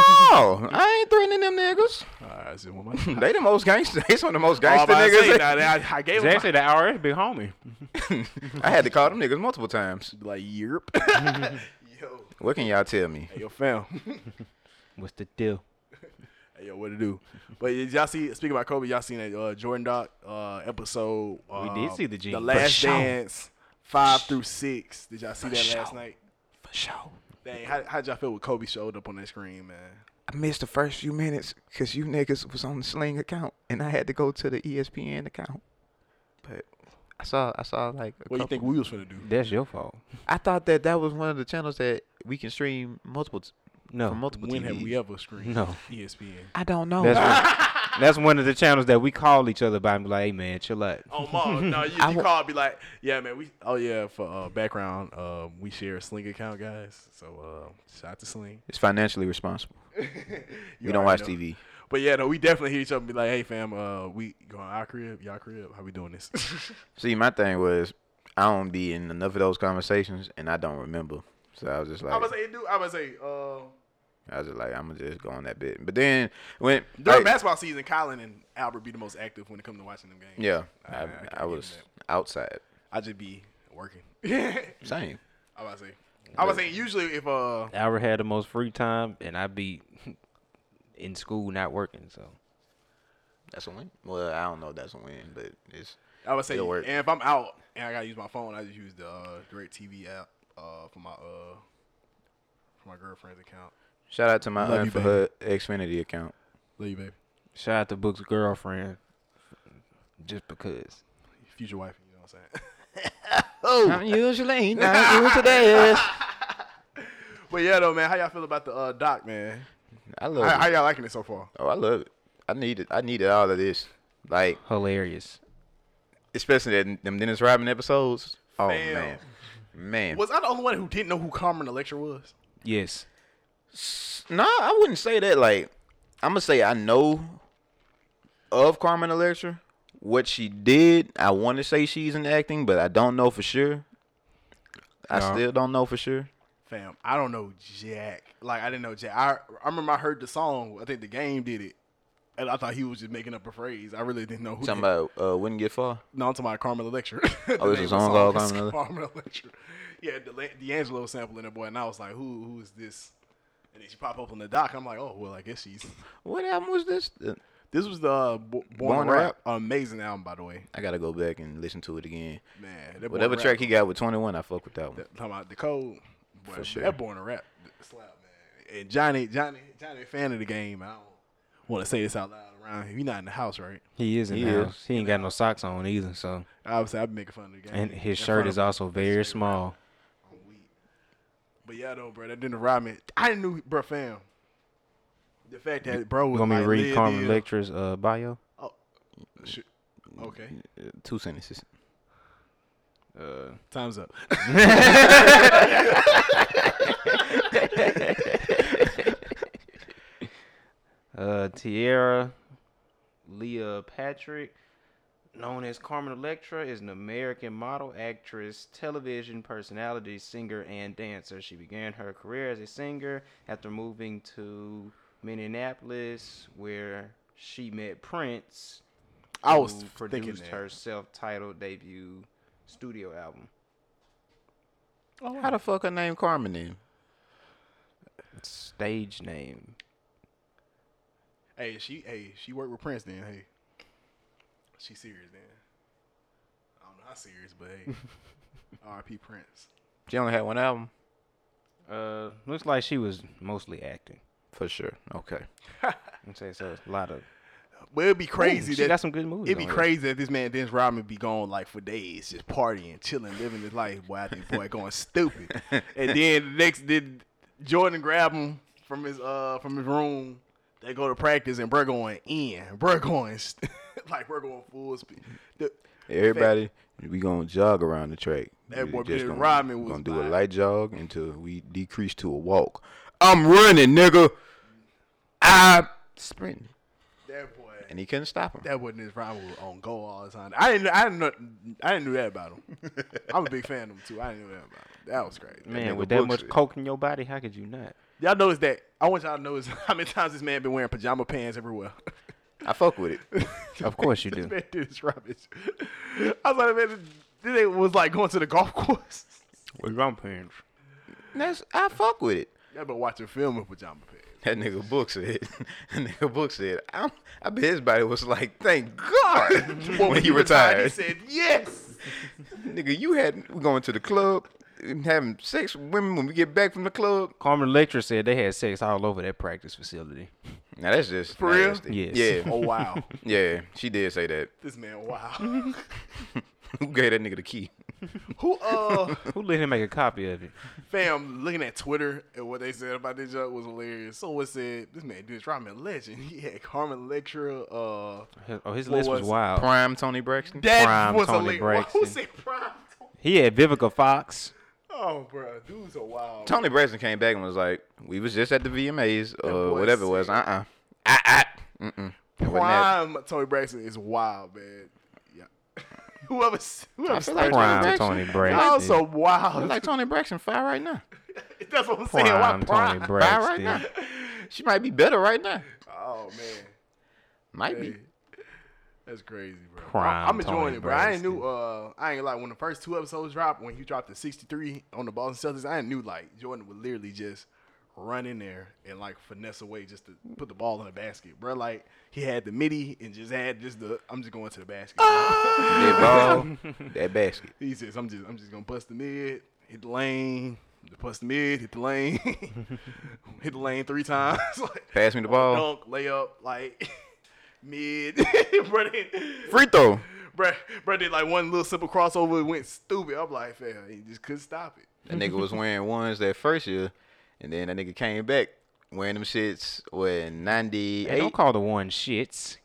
Speaker 2: I ain't threatening them niggas.
Speaker 3: All right, I still want my check.
Speaker 2: They the most gangster. They some of the most
Speaker 3: All
Speaker 2: gangster
Speaker 3: I, say,
Speaker 2: niggas.
Speaker 3: nah, they- I, I gave him
Speaker 1: the IRS big homie.
Speaker 2: I had to call them niggas multiple times.
Speaker 3: my, like, yerp. yo,
Speaker 2: What can y'all tell me?
Speaker 3: hey, yo, fam.
Speaker 1: What's the deal?
Speaker 3: Hey, yo, what to do? But did y'all see, speaking about Kobe, y'all seen that uh, Jordan Doc uh, episode. Uh,
Speaker 1: did see the G.
Speaker 3: The
Speaker 1: For
Speaker 3: Last
Speaker 1: sure.
Speaker 3: Dance, five through six. Did y'all see that last
Speaker 1: sure.
Speaker 3: night?
Speaker 1: For sure.
Speaker 3: Dang, how, how'd y'all feel when Kobe showed up on that screen, man?
Speaker 2: I missed the first few minutes because you niggas was on the Sling account, and I had to go to the E ESPN account. But I saw, I saw like. A
Speaker 3: What do you
Speaker 2: couple-
Speaker 3: think we was finna do?
Speaker 1: That's your fault.
Speaker 2: I thought that that was one of the channels that we can stream multiple t- from
Speaker 1: No.
Speaker 2: multiple
Speaker 3: When
Speaker 2: TVs.
Speaker 3: have we ever E screened
Speaker 1: No.
Speaker 3: ESPN?
Speaker 2: I don't know.
Speaker 1: That's one, that's one of the channels that we call each other by and be like, hey man, chill out.
Speaker 3: Oh, mom, no, you,
Speaker 2: I
Speaker 3: you
Speaker 2: wa-
Speaker 3: call be like, yeah, man, we. Oh yeah, for uh, background, uh, we share a Sling account, guys. So uh, shout out to Sling.
Speaker 2: it's financially responsible.
Speaker 3: You
Speaker 2: we don't watch
Speaker 3: already know.
Speaker 2: TV.
Speaker 3: but yeah, no, we definitely hear each other and be like, hey, fam, uh, we going our crib, y'all crib, how we doing this?
Speaker 2: See, my thing was I don't be in enough of those conversations, and I don't remember. So I was just like,
Speaker 3: I was say, dude, I was say, uh,
Speaker 2: I was just like, I'm gonna just go on that bit. But then when
Speaker 3: during
Speaker 2: like,
Speaker 3: basketball season, Colin and Albert be the most active when it comes to watching them games.
Speaker 2: yeah,
Speaker 3: I-
Speaker 2: I,
Speaker 3: I can
Speaker 2: I
Speaker 3: give
Speaker 2: was
Speaker 3: him
Speaker 2: outside.
Speaker 3: I just be working. I
Speaker 2: Same.
Speaker 3: was say, I was saying usually if uh,
Speaker 1: Albert had the most free time, and I be in school not working. So
Speaker 2: That's a win. Well, I don't know if that's a win, but it's
Speaker 3: I would say,
Speaker 2: It'll work.
Speaker 3: and if I'm out and I gotta use my phone, I just use the uh, Direct TV app uh, for my uh, for my girlfriend's account.
Speaker 2: shout out to my
Speaker 3: Love
Speaker 2: aunt
Speaker 3: you,
Speaker 2: for her Xfinity account.
Speaker 3: Love you, baby.
Speaker 1: shout out to Book's girlfriend, just because.
Speaker 3: Future wife, you know what I'm saying.
Speaker 2: Oh, I'm usually not into this.
Speaker 3: but yeah, though, man, how y'all feel about the uh, doc, man?
Speaker 2: I love
Speaker 3: How,
Speaker 2: it.
Speaker 3: how y'all liking it so far?
Speaker 2: oh, I love it. I need it. I needed all of this. Like
Speaker 1: Hilarious.
Speaker 2: especially that them Dennis Rodman episodes. Oh
Speaker 3: Fam.
Speaker 2: man, man.
Speaker 3: Was I the only one who didn't know who Carmen Electra was?
Speaker 1: Yes.
Speaker 2: No, I wouldn't say that. Like, I'm gonna say I know of Carmen Electra, what she did. I want to say she's in acting, but I don't know for sure. I
Speaker 1: No.
Speaker 2: still don't know for sure.
Speaker 3: Fam, I don't know Jack. Like I didn't know Jack. I, I remember I heard the song. I think the game did it, and I thought he was just making up a phrase. I really didn't know who.
Speaker 2: Talking about uh, wouldn't get far.
Speaker 3: No, I'm talking about Carmen Electra.
Speaker 2: Oh, it's a song called Carmen Electra?
Speaker 3: Carmen Electra. Yeah, the D'Angelo sample in there, boy, and I was like, who who is this? And then she popped up on the doc. I'm like, oh well, I guess she's.
Speaker 2: What album was this? Uh,
Speaker 3: This was the uh, Bo- Born,
Speaker 2: Born
Speaker 3: Rap, amazing album by the way.
Speaker 2: I gotta go back and listen to it again.
Speaker 3: Man, that Born
Speaker 2: Whatever
Speaker 3: Rap-
Speaker 2: track he got with 21, I fuck with that one.
Speaker 3: that- talking about the code. Boy,
Speaker 2: For sure.
Speaker 3: That Born a Rap slap, man. And Johnny, Johnny, Johnny, a fan of the game. I don't want to say this out loud around him. He's not in the house, right?
Speaker 1: He is in
Speaker 2: He
Speaker 1: the
Speaker 2: is.
Speaker 1: house. He ain't got no socks on either. So
Speaker 3: Obviously, I've been making fun of the game.
Speaker 1: and his
Speaker 3: In
Speaker 1: shirt
Speaker 3: front
Speaker 1: is
Speaker 3: of-
Speaker 1: also very small.
Speaker 3: I'm weak. But yeah, though, bro, that didn't rob me. I knew, bro, fam. The fact that bro
Speaker 1: You
Speaker 3: was
Speaker 1: want me to
Speaker 3: like,
Speaker 1: read
Speaker 3: "Live
Speaker 1: Carmen
Speaker 3: ill."
Speaker 1: Electra's uh, bio?
Speaker 3: Shit. Okay,
Speaker 1: Mm.
Speaker 2: Uh, Two sentences.
Speaker 1: Uh,
Speaker 3: time's up.
Speaker 1: uh, Tierra Leah Patrick, known as Carmen Electra, is an American model, actress, television personality, singer, and dancer. She began her career as a singer after moving to Minneapolis, where she met Prince.
Speaker 3: I was
Speaker 1: who
Speaker 3: thinking
Speaker 1: produced
Speaker 3: that.
Speaker 1: her self-titled debut studio album.
Speaker 2: How the fuck her name Carmen then?
Speaker 1: Stage name.
Speaker 3: Hey, she, hey, she worked with Prince then. Hey, she serious then. I don't know how serious, but hey, R.P. Prince.
Speaker 2: She only had one album.
Speaker 1: Uh, looks like she was mostly acting.
Speaker 2: For sure. Okay.
Speaker 1: I'm saying so. A lot of
Speaker 3: But it'd be crazy
Speaker 1: Ooh, she
Speaker 3: that
Speaker 1: got some good movies.
Speaker 3: it'd be
Speaker 1: on here.
Speaker 3: crazy that this man Dennis Rodman be gone like for days, just partying, chilling, living his life. Boy, I think boy going stupid. and then the next did Jordan grab him from his uh from his room. They go to practice and bro going in, bro going st- like bro going full speed. The-
Speaker 2: Everybody, we gonna jog around the track.
Speaker 3: That
Speaker 2: We
Speaker 3: boy
Speaker 2: just
Speaker 3: Billy
Speaker 2: gonna,
Speaker 3: Rodman was
Speaker 2: gonna do a
Speaker 3: wild.
Speaker 2: light jog until we decrease to a walk. I'm running, nigga. I sprinting,
Speaker 3: that boy,
Speaker 2: and he couldn't stop him.
Speaker 3: that boy Dennis Rodman was on go all the time. I didn't, I didn't, know, I didn't know that about him. I'm a big fan of him too. I didn't know that about him. That was crazy.
Speaker 1: Man,
Speaker 2: nigga
Speaker 1: with that
Speaker 2: books
Speaker 1: much
Speaker 2: it.
Speaker 1: coke in your body, how could you not?
Speaker 3: Y'all notice that? I want y'all to notice how many times this man been wearing pajama pants everywhere.
Speaker 2: I fuck with it.
Speaker 1: Of course you
Speaker 3: this
Speaker 1: do.
Speaker 3: man did this rubbish. I was like, man, this ain't was like going to the golf course.
Speaker 1: With your parents.
Speaker 2: That's I fuck with it.
Speaker 3: Y'all been watching film with pajama pants.
Speaker 2: That nigga book said. That nigga book said. I'm, I bet his body was like, thank God
Speaker 3: Well,
Speaker 2: when he retired.
Speaker 3: He said, yes.
Speaker 2: nigga, you had we going to the club and having sex with women when we get back from the club.
Speaker 1: Carmen Electra said they had sex all over that practice facility.
Speaker 2: Now that's just
Speaker 3: For real?
Speaker 2: nasty.
Speaker 1: Yes.
Speaker 2: Yeah.
Speaker 3: Oh, wow.
Speaker 2: Yeah, she did say that.
Speaker 3: this man, wow.
Speaker 2: Who gave that nigga the key?
Speaker 3: Who, uh,
Speaker 1: Who let him make a copy of it?
Speaker 3: fam, looking at Twitter and what they said about this joke was hilarious. Someone said, this man, dude, Rodman legend. He had Carmen Electra, uh,
Speaker 1: His- Oh, his
Speaker 3: What
Speaker 1: list was,
Speaker 3: was it?
Speaker 1: wild.
Speaker 2: Prime Tony Braxton.
Speaker 3: that
Speaker 1: Prime
Speaker 3: was
Speaker 1: Tony
Speaker 3: hilarious. Who
Speaker 1: Braxton.
Speaker 3: said prime? Tony?
Speaker 1: He had Vivica Fox.
Speaker 3: Oh, bro, dudes are wild.
Speaker 2: Tony Braxton came back and was like, "We was just at the VMAs or
Speaker 3: boy
Speaker 2: whatever it was. Uh
Speaker 3: said-
Speaker 2: uh-uh. uh. Uh uh. Mm mm.
Speaker 3: Prime Tony Braxton is wild, man. Yeah. whoever, s- whoever
Speaker 2: I feel like
Speaker 3: started
Speaker 2: prime
Speaker 1: Jackson.
Speaker 2: Tony
Speaker 3: that
Speaker 2: Braxton.
Speaker 1: I
Speaker 3: was so
Speaker 2: I
Speaker 3: wild.
Speaker 2: feel like Tony Braxton fire right now.
Speaker 3: That's what I'm saying. Why
Speaker 1: Prime
Speaker 3: prime?
Speaker 1: Tony
Speaker 2: Fire right
Speaker 1: Braxton.
Speaker 2: now. She might be better right now.
Speaker 3: Oh man,
Speaker 2: Might
Speaker 3: Hey,
Speaker 2: be.
Speaker 3: that's crazy, bro.
Speaker 1: Prime
Speaker 3: I, am enjoying
Speaker 1: Tony
Speaker 3: it, bro. I ain't knew. Uh, I ain't like when the first two episodes dropped. When he dropped the 63 on the Boston Celtics, I ain't knew like Jordan would literally just run in there and like finesse away just to put the ball in the basket, bro. Like he had the midi and just had just the. I'm just going to the basket.
Speaker 2: That ball, that basket.
Speaker 3: He says, "I'm just, I'm just gonna bust the mid, hit the lane, bust the mid, hit the lane, hit the lane three times, like
Speaker 2: Pass me the ball.
Speaker 3: dunk, layup, like mid, bro, then-
Speaker 2: Free throw.
Speaker 3: bro, bro did like one little simple crossover, it went stupid. I'm like, fam, he just couldn't stop it.
Speaker 2: That nigga was wearing ones that first year, and then that nigga came back wearing them shits when ninety
Speaker 1: Hey,
Speaker 2: eight.
Speaker 1: don't call the one shits.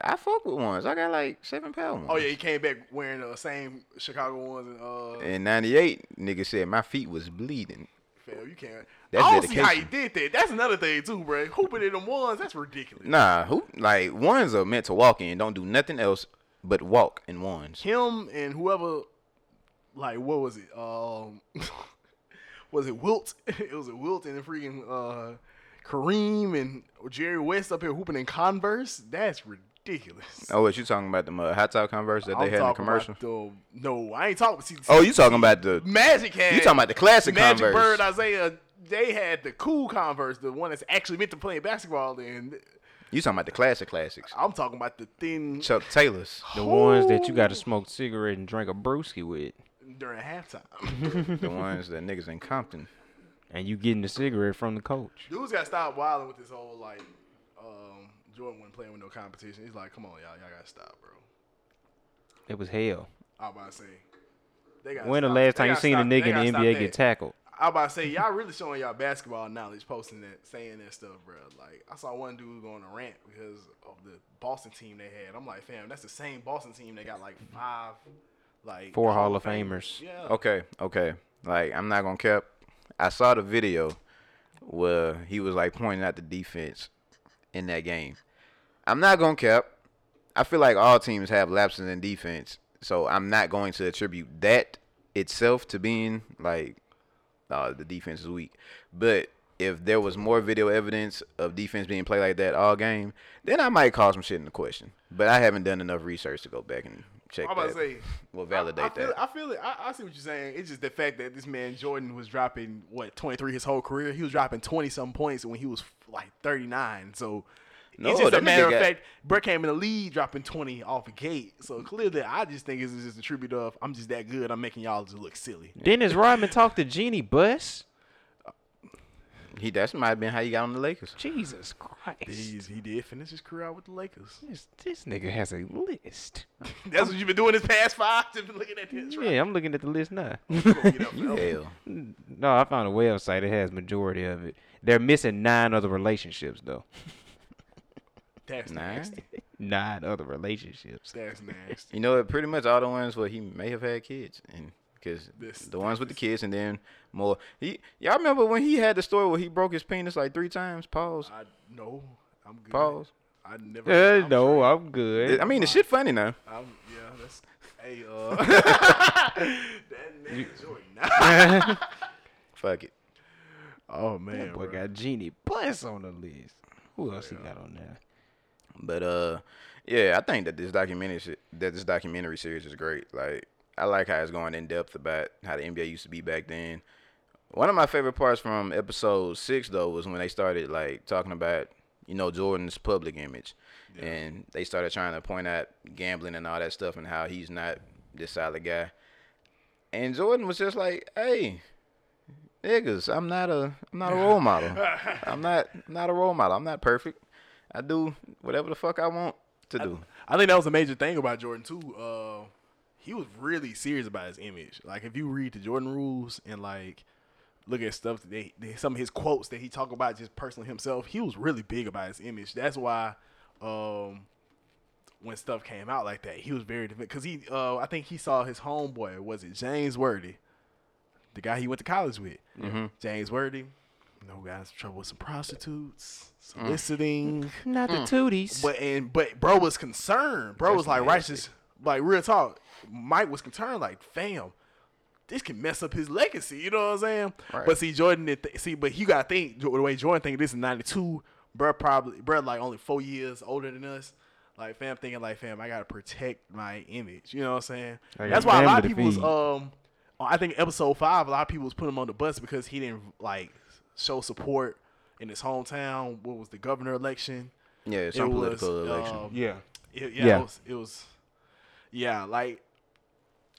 Speaker 2: I fuck with ones. I got like seven pound ones.
Speaker 3: Oh yeah, he came back wearing the same Chicago ones and uh,
Speaker 2: In '98, nigga said my feet was bleeding.
Speaker 3: fam, you can't.
Speaker 2: That's
Speaker 3: I don't see how he
Speaker 2: dedication.
Speaker 3: did that. That's another thing too, bro. Hooping in them ones, that's ridiculous.
Speaker 2: Nah, who like ones are meant to walk in. Don't do nothing else but walk in ones.
Speaker 3: him and whoever, like what was it? Um, was it Wilt? it was it Wilt and freaking uh, Kareem and Jerry West up here hooping in Converse. That's ridiculous.
Speaker 2: Oh, what you talking about the uh, hot top Converse that they
Speaker 3: I'm
Speaker 2: had in the
Speaker 3: talking about
Speaker 2: commercial?
Speaker 3: the- no, I ain't talking. See,
Speaker 2: Oh, you talking about the
Speaker 3: Magic had
Speaker 2: you talking about the classic
Speaker 3: Magic
Speaker 2: Converse?
Speaker 3: Bird Isaiah. They had the cool Converse, the one that's actually meant to play basketball. And
Speaker 2: You talking about the classic classics?
Speaker 3: I'm talking about the thin
Speaker 2: Chuck Taylors.
Speaker 1: The ones that you got to smoke cigarette and drink a brewski with,
Speaker 3: during halftime.
Speaker 2: the ones that niggas in Compton.
Speaker 1: and you getting the cigarette from the coach.
Speaker 3: Dudes gotta stop wilding with this whole like um, Jordan wasn't playing with no competition. He's like, come on, y'all, y'all gotta stop, bro.
Speaker 1: It was hell.
Speaker 3: I about to say, they got.
Speaker 1: When the last time you seen a nigga in the NBA get tackled?
Speaker 3: I about to say, y'all really showing y'all basketball knowledge, posting that, saying that stuff, bro. Like I saw one dude go on a rant because of the Boston team they had. I'm like, fam, that's the same Boston team that got like five, like
Speaker 1: Four Hall of Famers.
Speaker 3: Yeah.
Speaker 2: Okay, okay. Like I'm not gonna cap. I saw the video where he was like pointing out the defense in that game. I'm not gonna cap. I feel like all teams have lapses in defense, so I'm not going to attribute that itself to being like uh, the defense is weak. But if there was more video evidence of defense being played like that all game, then I might call some shit into question. But I haven't done enough research to go back and check.
Speaker 3: I'm about
Speaker 2: that.
Speaker 3: to say,
Speaker 2: We'll
Speaker 3: I-
Speaker 2: validate
Speaker 3: I, feel,
Speaker 2: that.
Speaker 3: I feel it. I, I see what you're saying. It's just the fact that this man Jordan was dropping what 23 his whole career. He was dropping 20 some points when he was like 39. So
Speaker 2: No,
Speaker 3: it's just a
Speaker 2: that nigga
Speaker 3: matter of
Speaker 2: got-
Speaker 3: fact. Brett came in the lead dropping 20 off the gate. So clearly, I just think it's just a tribute of I'm just that good. I'm making y'all just look silly.
Speaker 1: Dennis Rodman talked to Jeannie Buss.
Speaker 2: He that's might have been how you got on the Lakers.
Speaker 1: Jesus Christ.
Speaker 3: He's, he did finish his career out with the Lakers.
Speaker 1: This, this nigga has a list.
Speaker 3: That's what you've been doing this past five. Just been looking at this. Right?
Speaker 1: Yeah, I'm looking at the list now.
Speaker 3: Yeah.
Speaker 2: Hell.
Speaker 1: no, I found a website. It has majority of it. They're missing nine other relationships though.
Speaker 3: That's
Speaker 2: Nah.
Speaker 3: nasty.
Speaker 1: Nine other relationships.
Speaker 3: That's nasty.
Speaker 2: You know, pretty much all the ones where he may have had kids, and because
Speaker 3: This-
Speaker 2: the ones with the kids, and then more. He, y'all remember when he had the story where he broke his penis like three times? Pause.
Speaker 3: I no. I'm good.
Speaker 2: Pause.
Speaker 3: I never.
Speaker 1: Uh,
Speaker 3: I'm
Speaker 1: no,
Speaker 3: sure.
Speaker 1: I'm good.
Speaker 2: I mean, the shit funny now.
Speaker 3: I'm, yeah, that's. Hey, uh. that man Jordan.
Speaker 2: Fuck it.
Speaker 3: Oh,
Speaker 1: that
Speaker 3: man.
Speaker 1: boy
Speaker 3: bro.
Speaker 1: got Jeannie Buss on the list. Who else he got on there?
Speaker 2: But uh, yeah, I think that this documentary se- that this documentary series is great. Like, I like how it's going in depth about how the NBA used to be back then. One of my favorite parts from episode six though was when they started like talking about you know Jordan's public image, and they started trying to point out gambling and all that stuff and how he's not this solid guy. And Jordan was just like, "Hey, niggas, I'm not a I'm not a role model. I'm not I'm not a role model. I'm not perfect. I do whatever the fuck I want to do.
Speaker 3: I think that was a major thing about Jordan, too. Uh, he was really serious about his image. Like, if you read the Jordan rules and, like, look at stuff that they, they- some of his quotes that he talked about just personally himself, he was really big about his image. That's why, um, when stuff came out like that, he was very different. Cause he, uh, I think he saw his homeboy, was it James Worthy, the guy he went to college with, James Worthy, you know, got in some trouble with some prostitutes, soliciting, Hmm.
Speaker 1: Not the tooties.
Speaker 3: but and but bro was concerned. Bro was like righteous. Like real talk, Mike was concerned. Like, fam, this can mess up his legacy. You know what I'm saying?
Speaker 2: Right.
Speaker 3: But see, Jordan, did th- see, but you gotta think the way Jordan think. This is '92, bro. Probably, bro, like only four years older than us. Like, fam, thinking like, fam, I gotta protect my image. You know what I'm saying?
Speaker 1: I got
Speaker 3: That's why a lot
Speaker 1: family to
Speaker 3: of people was
Speaker 1: feed.
Speaker 3: um, I think episode five, a lot of people was putting him on the bus because he didn't like show support in his hometown. What was the governor election?
Speaker 2: Yeah, some
Speaker 3: It was,
Speaker 2: political election.
Speaker 3: um,
Speaker 1: Yeah.
Speaker 3: it, yeah,
Speaker 1: Yeah.
Speaker 3: It, was, it was, yeah, like,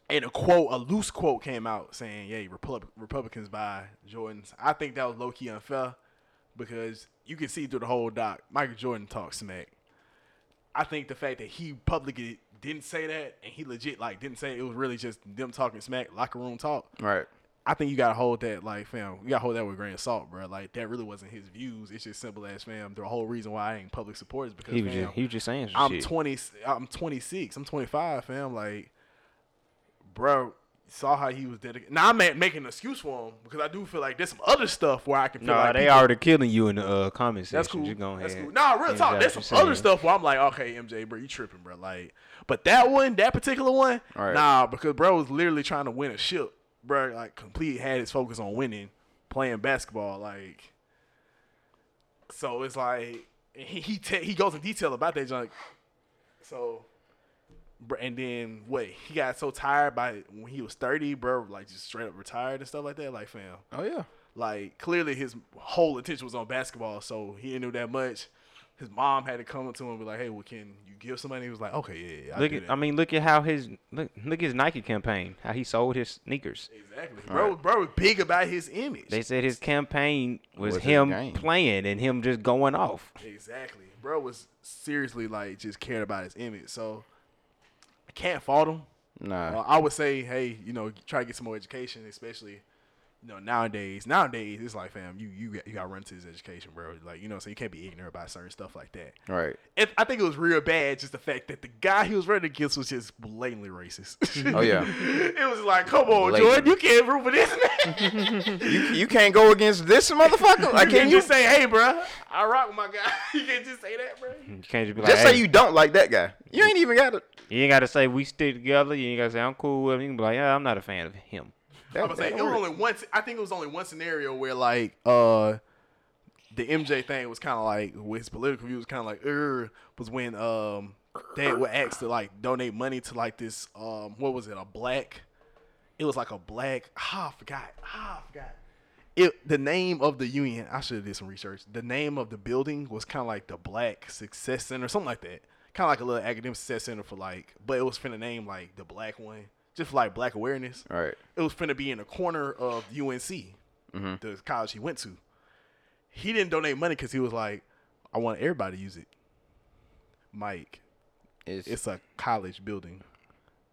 Speaker 3: and a quote, a loose quote came out saying, "Yeah, Repub- Republicans buy Jordans." I think that was low key unfair because you can see through the whole doc. Michael Jordan talks smack. I think the fact that he publicly didn't say that and he legit like didn't say it, it was really just them talking smack, locker room talk.
Speaker 2: right.
Speaker 3: I think you gotta hold that like fam. You gotta hold that with a grain of salt, bro. Like that really wasn't his views. It's just simple as fam. The whole reason why I ain't public support is because
Speaker 1: He was
Speaker 3: fam,
Speaker 1: just he was just saying some
Speaker 3: I'm
Speaker 1: shit.
Speaker 3: 20. I'm 26. I'm 25, fam. Like, bro, saw how he was dedicated. Now I'm ma- making an excuse for him because I do feel like there's some other stuff where I can feel
Speaker 1: Nah,
Speaker 3: like
Speaker 1: they
Speaker 3: people-
Speaker 1: already killing you in the uh, comment section.
Speaker 3: That's cool.
Speaker 1: Just go ahead.
Speaker 3: That's cool. Nah, real
Speaker 1: Yeah,
Speaker 3: talk.
Speaker 1: that's
Speaker 3: There's some
Speaker 1: what I'm
Speaker 3: other
Speaker 1: saying.
Speaker 3: stuff where I'm like, okay, MJ, bro, you tripping, bro. Like, but that one, that particular one,
Speaker 2: Right.
Speaker 3: nah, because bro was literally trying to win a ship, bro. Like, complete had his focus on winning, playing basketball, like. So it's like and he he te- he goes in detail about that junk. So, br- and then what he got so tired by when he was thirty, bro, like just straight up retired and stuff like that. Like, fam,
Speaker 2: Oh yeah.
Speaker 3: like clearly his whole attention was on basketball, so he didn't do that much. His mom had to come up to him and be like, "Hey, well, can you give somebody?" He was like, "Okay, yeah, yeah." I'll
Speaker 1: Look
Speaker 3: do
Speaker 1: at,
Speaker 3: that."
Speaker 1: I mean, look at how his look, look at his Nike campaign. How he sold his sneakers.
Speaker 3: exactly, bro. Bro was big about his image.
Speaker 1: They said his campaign was
Speaker 2: Was his
Speaker 1: him
Speaker 2: game.
Speaker 1: playing and him just going off.
Speaker 3: exactly, bro was seriously like just cared about his image. So I can't fault him.
Speaker 2: Nah.
Speaker 3: Uh, I would say, hey, you know, try to get some more education, especially, you know, nowadays. Nowadays, it's like, fam, you you got, you got to run to this education, bro. Like, you know, so you can't be ignorant about certain stuff like that.
Speaker 2: right.
Speaker 3: it, I think it was real bad. Just the fact that the guy he was running against was just blatantly racist.
Speaker 2: Oh yeah.
Speaker 3: it was like, come on,
Speaker 2: Blatant.
Speaker 3: Jordan, you can't root for this man.
Speaker 2: you you can't go against this motherfucker. Like,
Speaker 3: you
Speaker 2: can
Speaker 3: can't
Speaker 2: you
Speaker 3: just say, hey, bro, I rock with my guy. you can't just say that, bro.
Speaker 1: You can't just be like,
Speaker 2: just say
Speaker 1: "Hey,
Speaker 2: you don't like that guy? You ain't even got to.
Speaker 1: You ain't gotta say we stick together. You ain't gotta say I'm cool with him. You can be like, yeah, I'm not a fan of him.
Speaker 3: I'm gonna say it was only once. I think it was only one scenario where like uh, the MJ thing was kind of like with his political view was kind of like er was when um they were asked to like donate money to like this um what was it a black it was like a black ah I forgot ah I forgot it the name of the union I should have did some research the name of the building was kind of like the Black Success Center something like that kind of like a little academic success center for like but it was finna name like the black one just for, like black awareness
Speaker 2: All right.
Speaker 3: it was finna be in a corner of UNC,
Speaker 2: Mm-hmm.
Speaker 3: the college he went to. He didn't donate money because he was like, I want everybody to use it. Mike,
Speaker 2: It's,
Speaker 3: it's a college building.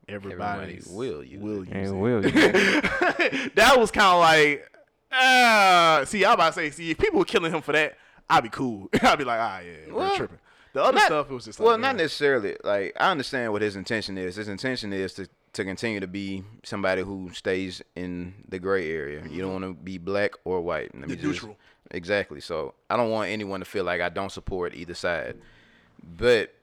Speaker 3: Everybody
Speaker 2: Everybody will use
Speaker 3: will
Speaker 1: And
Speaker 3: use it.
Speaker 1: will
Speaker 3: that was kind of like, ah. see, I'm about to say, see, if people were killing him for that, I'd be cool. I'd be like, ah, yeah,
Speaker 2: Well,
Speaker 3: we're tripping. The other
Speaker 2: not-
Speaker 3: stuff, it was just like, uh,
Speaker 2: well, not
Speaker 3: yeah.
Speaker 2: necessarily. Like, I understand what his intention is. His intention is to to continue to be somebody who stays in the gray area. You don't want to be black or white. Let me
Speaker 3: The
Speaker 2: just-
Speaker 3: Mm-hmm. neutral.
Speaker 2: Exactly. So I don't want anyone to feel like I don't support either side. But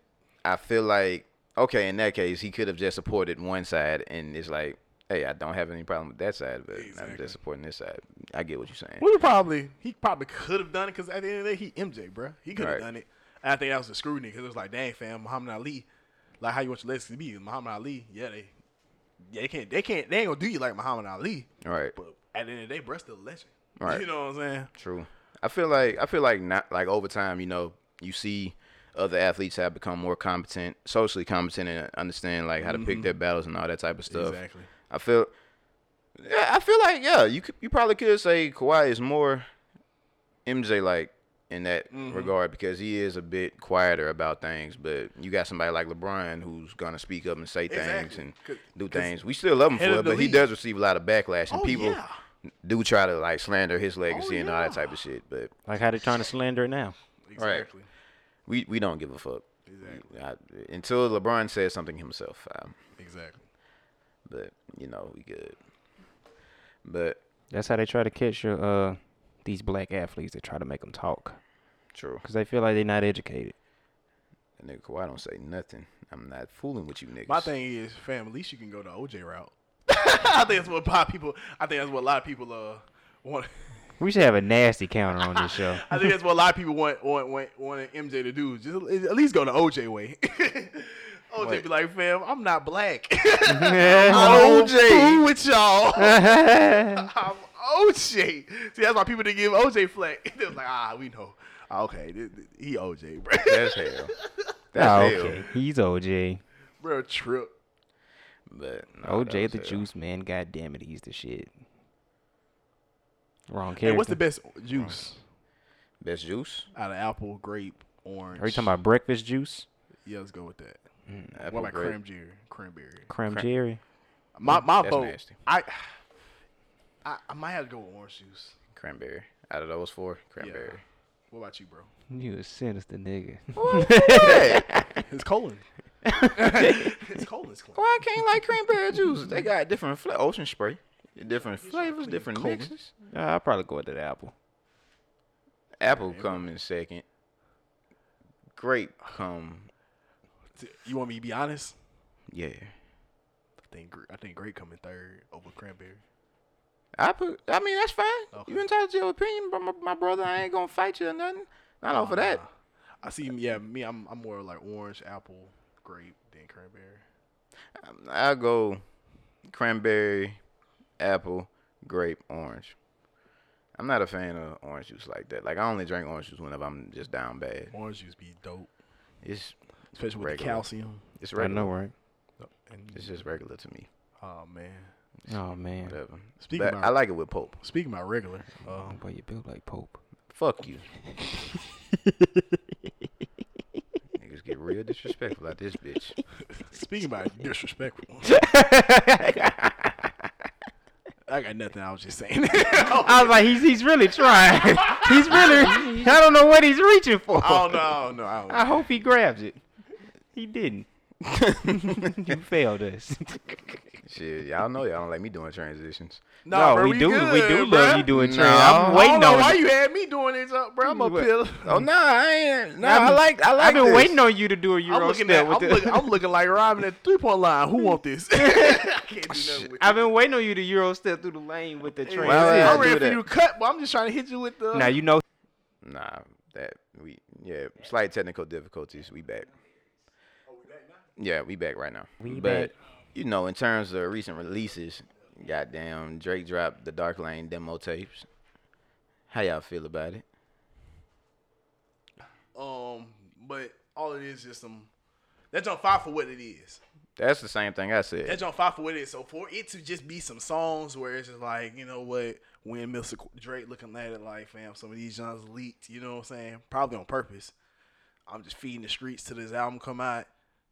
Speaker 2: I feel like okay, in that case, he could have just supported one side, and it's like, hey, I don't have any problem with that side, but I'm
Speaker 3: Exactly.
Speaker 2: just supporting this side. I get what you're saying.
Speaker 3: We probably he probably could have done it because at the end of the day he MJ, bruh. He could have
Speaker 2: Right.
Speaker 3: done it. And I think that was the scrutiny because it was like, dang, fam, Muhammad Ali, like how you want your legacy to be? Muhammad Ali, yeah, they, yeah, they can't, they can't, they ain't gonna do you like Muhammad Ali.
Speaker 2: All right.
Speaker 3: But at the end of the day, bruh, still a legend.
Speaker 2: Right.
Speaker 3: You know what I'm saying?
Speaker 2: True. I feel like I feel like not like over time, you know, you see other athletes have become more competent, socially competent, and understand like how to
Speaker 3: Mm-hmm.
Speaker 2: pick their battles and all that type of stuff.
Speaker 3: Exactly.
Speaker 2: I feel. Yeah, I feel like yeah, you could, you probably could say Kawhi is more MJ like in that
Speaker 3: Mm-hmm.
Speaker 2: regard because he is a bit quieter about things, but you got somebody like LeBron who's gonna speak up and say things
Speaker 3: Exactly.
Speaker 2: and
Speaker 3: 'Cause-
Speaker 2: do
Speaker 3: 'cause
Speaker 2: things. We still love him
Speaker 3: head
Speaker 2: for
Speaker 3: of
Speaker 2: it,
Speaker 3: the
Speaker 2: but he
Speaker 3: league.
Speaker 2: does receive a lot of backlash and
Speaker 3: Oh,
Speaker 2: people
Speaker 3: yeah.
Speaker 2: do try to like slander his legacy and all that type
Speaker 3: Oh, yeah.
Speaker 2: of shit. But
Speaker 1: like how they trying to slander it now.
Speaker 3: Exactly.
Speaker 2: we we don't give a fuck
Speaker 3: Exactly.
Speaker 2: I, until LeBron says something himself. Um,
Speaker 3: Exactly.
Speaker 2: but you know we good. But
Speaker 1: That's how they try to catch your uh these black athletes. They try to make them talk
Speaker 2: true.
Speaker 1: because they feel like they're not educated.
Speaker 2: That nigga Kawhi don't say nothing. I'm not fooling with you niggas.
Speaker 3: My thing is, fam, at least you can go the OJ route. I think that's what a lot of people. I think that's what a lot of people uh want.
Speaker 1: We should have a nasty counter on this show.
Speaker 3: I think that's what a lot of people want want want, want an MJ to do. Just at least go the OJ way. OJ
Speaker 2: Wait.
Speaker 3: be like, fam, I'm not black.
Speaker 1: Yeah. Oh,
Speaker 3: I'm OJ with y'all.
Speaker 1: yeah,
Speaker 3: I'm OJ. See, that's why people didn't give OJ flack. they was like, ah, we know. Ah, Okay, th- th- he OJ, bro.
Speaker 2: That's hell. That's
Speaker 1: Ah,
Speaker 2: hell.
Speaker 1: okay. He's OJ.
Speaker 3: bro, trip.
Speaker 2: But nah,
Speaker 1: OJ
Speaker 2: that
Speaker 1: Oh, the
Speaker 2: was hell.
Speaker 1: juice man. God damn it, he's the shit. Wrong character.
Speaker 3: Hey, what's the best juice
Speaker 2: Best juice.
Speaker 3: out of apple, grape, orange?
Speaker 1: Are you talking about breakfast juice?
Speaker 3: Yeah, let's go with that.
Speaker 2: Apple
Speaker 3: What about
Speaker 2: grape.
Speaker 3: cranberry? Cranberry.
Speaker 1: Creme
Speaker 2: Cra-
Speaker 1: Jerry.
Speaker 3: My my
Speaker 2: That's
Speaker 3: vote.
Speaker 2: nasty.
Speaker 3: I, I I might have to go with orange juice.
Speaker 2: Cranberry. Out of those four, cranberry.
Speaker 3: What about you, bro?
Speaker 1: You a sinister nigga.
Speaker 3: His colon. His colon's clean.
Speaker 2: Why I can't like cranberry juice? They got different fla- ocean spray, different flavors, different
Speaker 3: Cold.
Speaker 2: mixes.
Speaker 1: Uh, I'll probably go with that apple.
Speaker 2: Apple come in second. Grape come.
Speaker 3: You want me to be honest?
Speaker 2: Yeah.
Speaker 3: I think gr- I think grape come in third over cranberry.
Speaker 2: I put. I mean, that's fine.
Speaker 3: Okay.
Speaker 2: You entitled to your opinion, but my, my brother, I ain't gonna fight you or nothing. Not
Speaker 1: Oh,
Speaker 2: off of that.
Speaker 3: I see. Yeah, me. I'm I'm more like orange, apple, grape than cranberry.
Speaker 2: Um, I'll go cranberry, apple, grape, orange. I'm not a fan of orange juice like that. Like I only drink orange juice whenever I'm just down bad.
Speaker 3: Orange juice be dope,
Speaker 2: It's
Speaker 3: especially with
Speaker 2: Regular.
Speaker 3: the calcium.
Speaker 2: it's
Speaker 1: I
Speaker 2: regular.
Speaker 1: know, right?
Speaker 3: And
Speaker 2: It's just regular to me.
Speaker 3: oh man,
Speaker 1: Oh man.
Speaker 2: Whatever.
Speaker 3: Speaking
Speaker 2: But
Speaker 3: about-
Speaker 2: I like it with pulp.
Speaker 3: speaking about regular, uh,
Speaker 1: Oh boy, you built like Pope.
Speaker 2: Fuck you. Niggas get real disrespectful out this bitch.
Speaker 3: speaking about disrespectful. I got nothing. I was just saying.
Speaker 1: I was like, he's he's really trying. he's really. I don't know what he's reaching for.
Speaker 3: Oh no, no, I don't.
Speaker 1: I hope he grabs it. He didn't. you failed us.
Speaker 2: Shit, y'all know y'all don't like me doing transitions.
Speaker 1: No, we, do. we do love you doing trans. I'm
Speaker 2: No.
Speaker 3: I don't
Speaker 1: waiting
Speaker 3: know
Speaker 1: on
Speaker 3: why
Speaker 1: it.
Speaker 3: you had me doing this up, bro. I'm up
Speaker 1: What?
Speaker 3: here.
Speaker 2: Oh no, I ain't. No,
Speaker 1: I've
Speaker 2: I
Speaker 1: been-
Speaker 2: like. I like.
Speaker 1: I've been
Speaker 2: this.
Speaker 1: waiting on you to do a
Speaker 3: I'm
Speaker 1: Euro
Speaker 3: looking,
Speaker 1: step
Speaker 3: at,
Speaker 1: with
Speaker 3: I'm,
Speaker 1: the.
Speaker 3: look, I'm looking like Robin at three point line. Who want this? I can't do nothing with
Speaker 1: I've been waiting on you to Euro step through the lane with the
Speaker 3: you.
Speaker 1: train.
Speaker 2: Why would I
Speaker 3: I'm ready
Speaker 2: do
Speaker 3: for
Speaker 2: that?
Speaker 3: you to cut, but I'm just trying to hit you with the.
Speaker 1: now you know
Speaker 2: Nah, that we yeah, slight technical difficulties. We back. Yeah, we back right now.
Speaker 1: We back.
Speaker 2: but you know, in terms of recent releases, goddamn Drake dropped the Dark Lane demo tapes. How y'all feel about it?
Speaker 3: um, but all it is just some. That's on fire for what it is.
Speaker 2: That's the same thing I said.
Speaker 3: That's on fire for what it is. So for it to just be some songs where it's just like, you know what, when Mr. Drake looking at it like, fam, some of these Johns leaked. You know what I'm saying? Probably on purpose. I'm just feeding the streets till this album come out.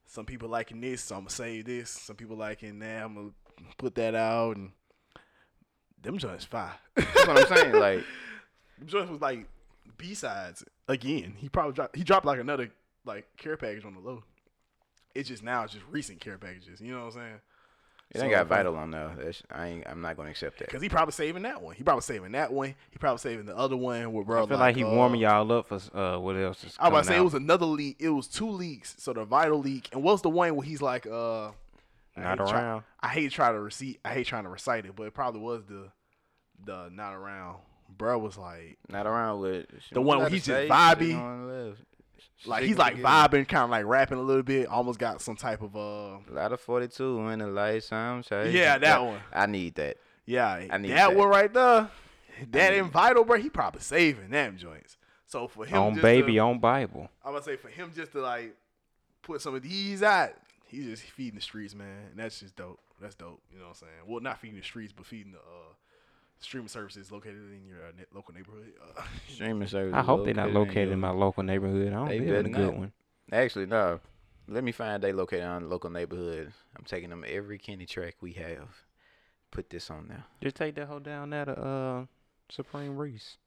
Speaker 3: Some people liking this, so I'm gonna save this. Some people liking that, I'm gonna put that out. And them joints fire. them
Speaker 2: That's what I'm saying. Like
Speaker 3: joints was like B sides again. He probably dropped. He dropped like another like care package on the low. It's just now, it's just recent care packages. You know what I'm saying?
Speaker 2: it ain't
Speaker 3: So,
Speaker 2: got
Speaker 3: if I-
Speaker 2: vital on there. That's, I ain't. I'm not gonna accept that.
Speaker 3: Cause he probably saving that one. He probably saving that one. He probably saving the other one with bro.
Speaker 1: I feel like, he
Speaker 3: uh,
Speaker 1: warming y'all up for uh, what else is
Speaker 3: I
Speaker 1: coming
Speaker 3: was about to say
Speaker 1: out.
Speaker 3: it was another leak. It was two leaks. So the vital leak, and what's the one where he's like, uh, I
Speaker 1: not
Speaker 3: hate try-
Speaker 1: around.
Speaker 3: I hate to try to receipt. I hate trying to recite it, but it probably was the the not around. Bro was like,
Speaker 2: Not around with
Speaker 3: The one where
Speaker 2: he
Speaker 3: he's just vibey. like he's like vibing, kind of like rapping a little bit. Almost got some type of uh,
Speaker 2: A lot of 42 when the lights on. shine.
Speaker 3: Yeah, that one.
Speaker 2: I need that.
Speaker 3: yeah,
Speaker 2: I need
Speaker 3: that,
Speaker 2: that.
Speaker 3: one right there. That
Speaker 2: need
Speaker 3: in vital, bro. He probably saving them joints. So for him,
Speaker 1: on
Speaker 3: just
Speaker 1: baby,
Speaker 3: to-
Speaker 1: on Bible.
Speaker 3: I'm gonna say for him just to like put some of these out, he's just feeding the streets, man. And that's just dope. That's dope. You know what I'm saying? Well, not feeding the streets, but feeding the uh, streaming services located in your uh, ne- local neighborhood. Uh,
Speaker 2: Streaming service.
Speaker 1: I hope they're not located in
Speaker 2: my.
Speaker 1: my local neighborhood. I don't
Speaker 2: They
Speaker 1: live in a
Speaker 2: better
Speaker 1: good
Speaker 2: not.
Speaker 1: one.
Speaker 2: Actually, no. Let me find they located on the local neighborhood. I'm taking them every Kenny track we have. Put this on there.
Speaker 1: Just take that hoe down there to uh, Supreme Reese,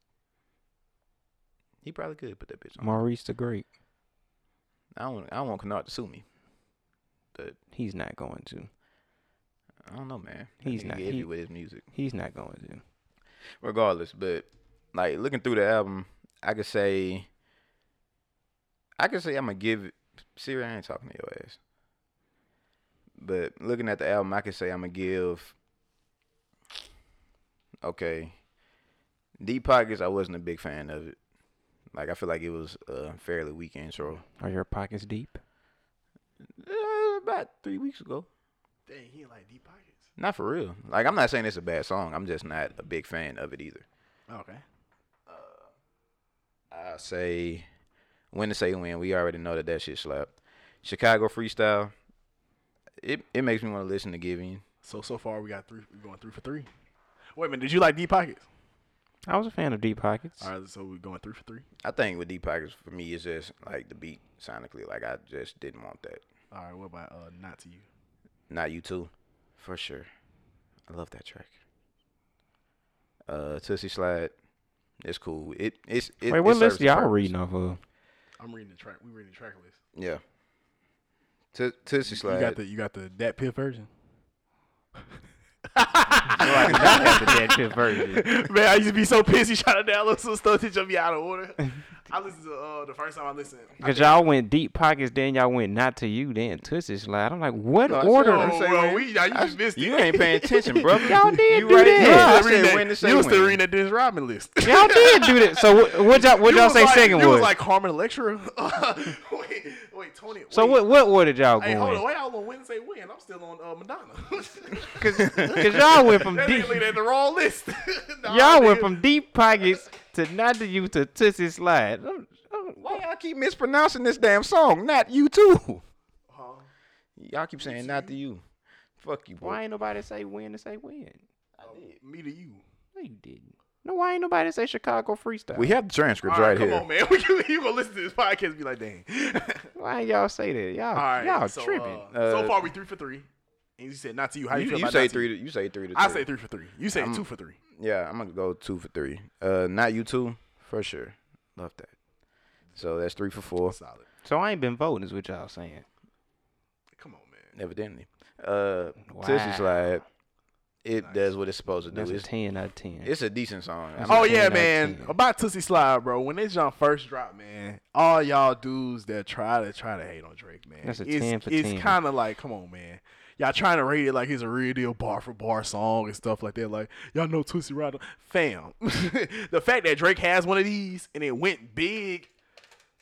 Speaker 2: He probably could put that bitch on.
Speaker 1: Maurice the Great.
Speaker 2: I don't. I don't want Canard to sue me. But
Speaker 1: He's not going to.
Speaker 2: I don't know, man.
Speaker 1: He's
Speaker 2: He's not
Speaker 1: not-
Speaker 2: iffy
Speaker 1: he-
Speaker 2: with his music.
Speaker 1: He's not going to.
Speaker 2: Regardless, but like looking through the album, I could say. I could say I'm gonna give Siri, I ain't talking to your ass. But looking at the album, I can say I'm gonna give. Okay, Deep Pockets. I wasn't a big fan of it. Like I feel like it was a fairly weak intro.
Speaker 1: Are your pockets deep?
Speaker 2: Uh, about three weeks ago.
Speaker 3: Dang, he like deep pockets.
Speaker 2: Not for real. Like I'm not saying it's a bad song. I'm just not a big fan of it either.
Speaker 3: Okay.
Speaker 2: I say when to say when. We already know that that shit slapped. Chicago freestyle. It it makes me want to listen to Giving.
Speaker 3: So so far we got three. We're going three for three. Wait a minute. Did you like deep pockets?
Speaker 1: I was a fan of Deep Pockets.
Speaker 3: All right. So we're going three for three.
Speaker 2: I think with Deep Pockets for me it's just like the beat sonically. Like I just didn't want that.
Speaker 3: All right. What about uh not to you?
Speaker 2: Not you too, for sure. I love that track. Uh, Tootsie Slide. It's cool. It it's it,
Speaker 1: Wait, what
Speaker 2: it serves
Speaker 1: list
Speaker 2: the
Speaker 1: y'all
Speaker 2: purpose.
Speaker 1: reading off of?
Speaker 3: I'm reading the track. We reading the track list.
Speaker 2: Yeah. To Tootsie
Speaker 3: You
Speaker 2: Slide.
Speaker 3: got the you got the that pit version.
Speaker 1: That's the Dead Pit version.
Speaker 3: Man, I used to be so pissy trying to download some stuff that jumped me out of order. I listened to uh, the first time I listened.
Speaker 1: Cause y'all went deep pockets, then y'all went not to you, then Tootsie Slide. I'm like, what
Speaker 2: No, I said-
Speaker 1: order?
Speaker 2: I'm
Speaker 3: Oh,
Speaker 2: saying
Speaker 3: well,
Speaker 2: when-
Speaker 3: we- y'all- you
Speaker 2: I-
Speaker 3: just missed
Speaker 2: You
Speaker 3: it.
Speaker 2: ain't paying attention, bro.
Speaker 1: Y'all did
Speaker 2: you
Speaker 1: do
Speaker 2: right
Speaker 1: that.
Speaker 2: here.
Speaker 1: Yeah,
Speaker 2: I
Speaker 3: You was reading
Speaker 2: said
Speaker 3: that-
Speaker 2: when to say
Speaker 3: you was still
Speaker 2: when.
Speaker 3: reading that Dennis Rodman list. You
Speaker 1: y'all did do that. So what what y'all what y'all
Speaker 3: was
Speaker 1: say
Speaker 3: like,
Speaker 1: second
Speaker 3: you
Speaker 1: was?
Speaker 3: was like Harmon Lecturer. wait, wait, Tony.
Speaker 1: so
Speaker 3: wait.
Speaker 1: what what order y'all
Speaker 3: Hey, hold on.
Speaker 1: going?
Speaker 3: Wait, hold on. Wednesday, when? I'm still on uh, Madonna.
Speaker 1: Cause, 'cause y'all went from
Speaker 3: that
Speaker 1: deep
Speaker 3: nigga looked at the wrong list. Nah,
Speaker 1: y'all went
Speaker 3: nigga.
Speaker 1: from deep pockets to not to you to Tootsie Slide. I'm- I'm-
Speaker 2: Why y'all keep mispronouncing this damn song? Not you too.
Speaker 3: Huh?
Speaker 2: Y'all keep saying not to you. Fuck you, boy.
Speaker 1: Why ain't nobody say when to say when?
Speaker 3: Uh, Me to you.
Speaker 1: No, you didn't. No, why ain't nobody say Chicago freestyle?
Speaker 2: We have the transcripts
Speaker 3: All
Speaker 2: right,
Speaker 3: right, come
Speaker 2: here.
Speaker 3: on, man. you, you gonna listen to this podcast and be like, dang.
Speaker 1: why y'all say that? Y'all
Speaker 3: All right,
Speaker 1: y'all
Speaker 3: so,
Speaker 1: tripping.
Speaker 3: Uh, so
Speaker 2: Uh,
Speaker 3: far, we three for three. And you said not to you. How you,
Speaker 2: You,
Speaker 3: feel
Speaker 2: you
Speaker 3: about
Speaker 2: say
Speaker 3: not to
Speaker 2: three.
Speaker 3: you?
Speaker 2: To, you say three to. Three.
Speaker 3: I say three for three. You say two for three.
Speaker 2: Yeah, I'm gonna go two for three. Uh, not you two for sure. Love that. So that's three for four,
Speaker 3: Solid.
Speaker 1: so I ain't been voting is what y'all saying.
Speaker 3: Come on, man.
Speaker 2: evidently. Uh, wow.
Speaker 1: Wow.
Speaker 2: Slide. It does what it's supposed to do.
Speaker 1: That's a
Speaker 2: It's,
Speaker 1: ten out of ten.
Speaker 2: it's a decent song. I mean,
Speaker 3: Oh
Speaker 1: Ten
Speaker 3: yeah,
Speaker 1: out of
Speaker 3: man.
Speaker 1: ten.
Speaker 3: About Tootsie Slide, bro. When this jump first dropped, man, all y'all dudes that try to try to hate on Drake, man.
Speaker 1: That's a
Speaker 3: it's,
Speaker 1: 10 for
Speaker 3: It's
Speaker 1: 10.
Speaker 3: kind of like, come on, man. Y'all trying to rate it like it's a real deal bar for bar song and stuff like that. Like y'all know Tootsie Rider, fam. the fact that Drake has one of these and it went big,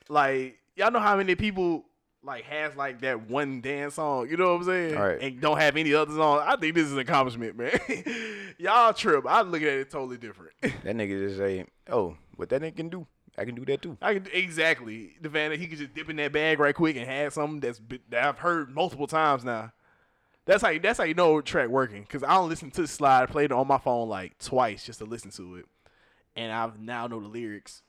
Speaker 3: like y'all know how many people like has like that one dance song. You know what I'm saying?
Speaker 2: Right.
Speaker 3: And don't have any other songs. I think this is an accomplishment, man. y'all trip. I look at it totally different.
Speaker 2: that nigga just say, "Oh, what that nigga can do, I can do that too."
Speaker 3: I could exactly the fact that he could just dip in that bag right quick and have something that's been, that I've heard multiple times now. That's how you, that's how you know a track working because I don't listen to the slide. I played it on my phone like twice just to listen to it, and I now know the lyrics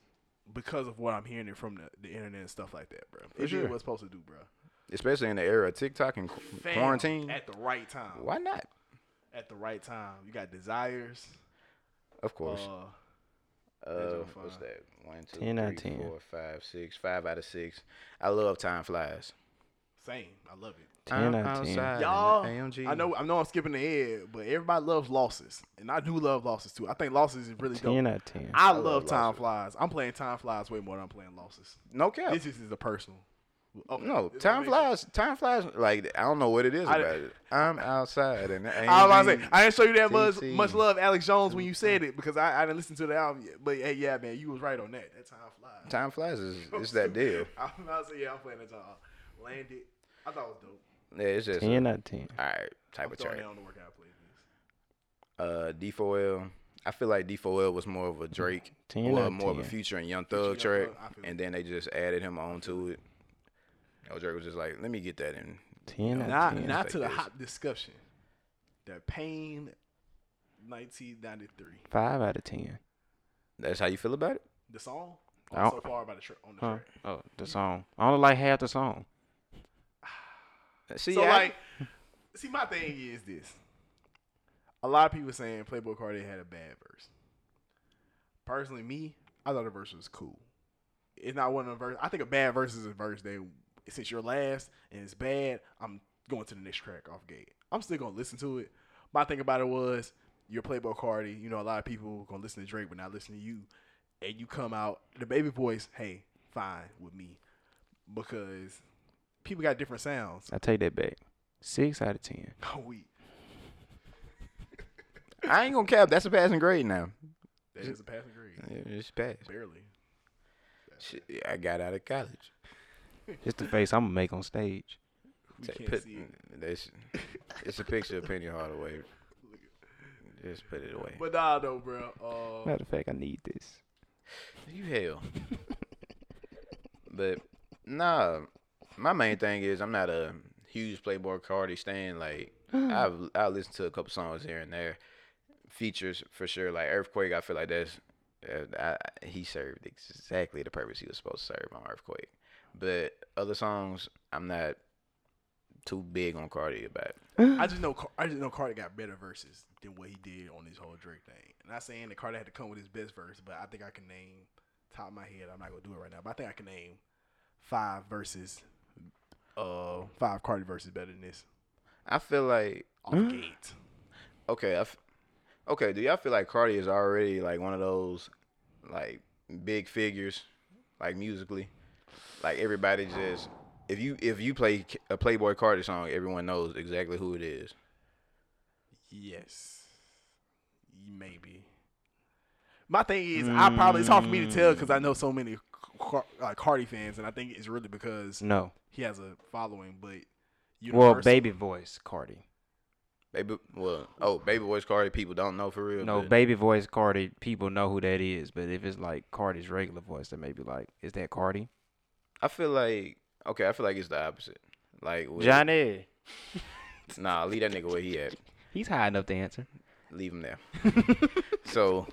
Speaker 3: because of what I'm hearing it from the, the internet and stuff like that, bro. it
Speaker 2: sure.
Speaker 3: did what's supposed to do, bro.
Speaker 2: Especially in the era of TikTok and qu-
Speaker 3: Fam,
Speaker 2: quarantine.
Speaker 3: at the right time.
Speaker 2: Why not?
Speaker 3: At the right time, you got desires.
Speaker 2: Of course.
Speaker 3: Uh,
Speaker 2: Uh,
Speaker 3: all
Speaker 2: what's
Speaker 3: fine.
Speaker 2: that? One, two,
Speaker 1: 10 out of
Speaker 2: three,
Speaker 1: 10.
Speaker 2: four, five, six. Five out of six. I love time flies.
Speaker 3: same, I love it.
Speaker 1: ten
Speaker 2: I'm
Speaker 1: out of ten.
Speaker 2: outside in the
Speaker 3: Y'all,
Speaker 2: AMG.
Speaker 3: I know, I know, I'm skipping ahead, but everybody loves losses, and I do love losses too. I think losses is really dope.
Speaker 1: Ten out of ten.
Speaker 3: I, love,
Speaker 2: love
Speaker 3: time
Speaker 2: losses.
Speaker 3: flies. I'm playing time flies way more than I'm playing losses.
Speaker 2: No cap.
Speaker 3: This is, is a personal. Okay.
Speaker 2: no,
Speaker 3: This
Speaker 2: time
Speaker 3: is amazing.
Speaker 2: flies. Time flies. Like I don't know what it is
Speaker 3: I-
Speaker 2: about it. I'm outside and
Speaker 3: I was about to say, I didn't show you that much
Speaker 2: TT.
Speaker 3: much love, Alex Jones, when you said it because I, I didn't listen to the album yet. But hey, yeah, man, you was right on that. That time flies.
Speaker 2: time flies is it's that deal.
Speaker 3: I'm about to say, yeah, I'm playing that time. Landed. I thought it was dope.
Speaker 2: Yeah, it's just
Speaker 1: Ten out of ten.
Speaker 2: all right type
Speaker 3: I'm
Speaker 2: of
Speaker 3: throwing
Speaker 2: track.
Speaker 3: that on the workout playlist.
Speaker 2: Uh, D4L. I feel like D4L was more
Speaker 1: Mm-hmm.
Speaker 2: of a Drake
Speaker 1: 10 out
Speaker 2: or
Speaker 1: of
Speaker 2: more of a
Speaker 1: 10.
Speaker 2: Future and Young Thug
Speaker 3: Future, Young
Speaker 2: track,
Speaker 3: Thug, I feel
Speaker 2: and then they just added him onto it. Oh, Drake was just like, let me get that in.
Speaker 1: Ten out
Speaker 3: Not,
Speaker 1: of ten.
Speaker 2: nah.
Speaker 3: not to the
Speaker 2: like this.
Speaker 3: hot discussion. The Pain 1993.
Speaker 1: Five out of ten.
Speaker 2: That's how you feel about it.
Speaker 3: The song?
Speaker 1: I don't-
Speaker 3: so far by the tra- on the
Speaker 1: Huh?
Speaker 3: track.
Speaker 1: Oh, the song. I only like half the song.
Speaker 2: Uh, See,
Speaker 3: So
Speaker 2: I-
Speaker 3: like, see, my thing is this: a lot of people saying Playboy Cardi had a bad verse. Personally, me, I thought the verse was cool. It's not one of the verse. I think a bad verse is a verse that since you're last and it's bad, I'm going to the next track off gate. I'm still gonna listen to it. My thing about it was you're Playboy Cardi. You know, a lot of people gonna listen to Drake but not listen to you, and you come out the baby voice. Hey, fine with me because people got different sounds.
Speaker 1: I take that back. Six out of ten.
Speaker 3: Oh, we.
Speaker 2: I ain't gonna cap. That's a passing grade now.
Speaker 3: That is a passing grade.
Speaker 2: Yeah, It's passed.
Speaker 3: Barely.
Speaker 2: Shit, I got out of college.
Speaker 1: Just the face I'm gonna make on stage.
Speaker 3: We
Speaker 2: Say,
Speaker 3: can't
Speaker 2: put-
Speaker 3: see it.
Speaker 2: that's- it's a picture of Penny Hardaway. Just put it away.
Speaker 3: But nah, though, bro. Uh,
Speaker 1: Matter of fact, I need this.
Speaker 2: You hell. but nah, my main thing is I'm not a huge Playboy Cardi stan. Like I've I listen to a couple songs here and there, features for sure. Like Earthquake, I feel like that's uh, I, he served exactly the purpose he was supposed to serve on Earthquake. But other songs, I'm not too big on Cardi about.
Speaker 3: I just know Car- I just know Carter got better verses than what he did on this whole Drake thing. Not saying that Carter had to come with his best verse, but I think I can name top of my head. I'm not gonna do it right now, but I think I can name five verses, uh, five Carter verses better than this
Speaker 2: I feel like
Speaker 3: off the gate.
Speaker 2: Okay, I f- okay. Do y'all feel like Cardi is already like one of those like big figures, like musically? Like everybody just if you if you play K- a Playboy Cardi song, everyone knows exactly who it is.
Speaker 3: Yes, maybe. My thing is, I probably it's hard for me to tell because I know so many Car- like Cardi fans, and I think it's really because
Speaker 1: No.
Speaker 3: he has a following. But
Speaker 1: Well,
Speaker 3: universal-
Speaker 1: baby voice, Cardi.
Speaker 2: Baby, well, oh, Baby Boy's Cardi, people don't know for real.
Speaker 1: No,
Speaker 2: but
Speaker 1: baby voice, Cardi. People know who that is, but if it's like Cardi's regular voice, they may be like, "Is that Cardi?"
Speaker 2: I feel like okay, I feel like it's the opposite. Like with,
Speaker 1: Johnny.
Speaker 2: nah, leave that nigga where he at.
Speaker 1: He's high enough to answer.
Speaker 2: leave him there. so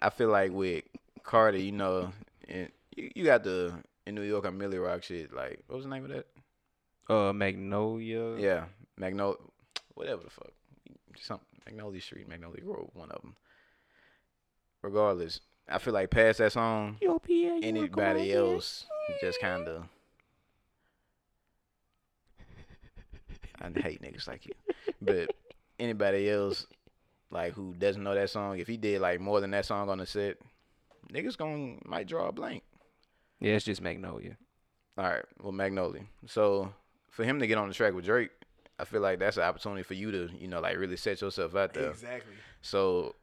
Speaker 2: I feel like with Cardi, you know, and you, you got the in New York on Millie Rock shit. Like, what was the name of that?
Speaker 1: Uh, Magnolia.
Speaker 2: Yeah, Magnolia, whatever the fuck, some Magnolia Street, Magnolia Road, one of them. Regardless, I feel like past that song,
Speaker 1: You up here? You wanna come
Speaker 2: anybody
Speaker 1: out here?
Speaker 2: else just kind of. I hate niggas like you, but anybody else like who doesn't know that song, if he did like more than that song on the set, niggas gonna might draw a blank.
Speaker 1: Yeah, it's just Magnolia.
Speaker 2: All right, well Magnolia. So for him to get on the track with Drake, I feel like that's an opportunity for you to you know like really set yourself out there.
Speaker 3: exactly.
Speaker 2: So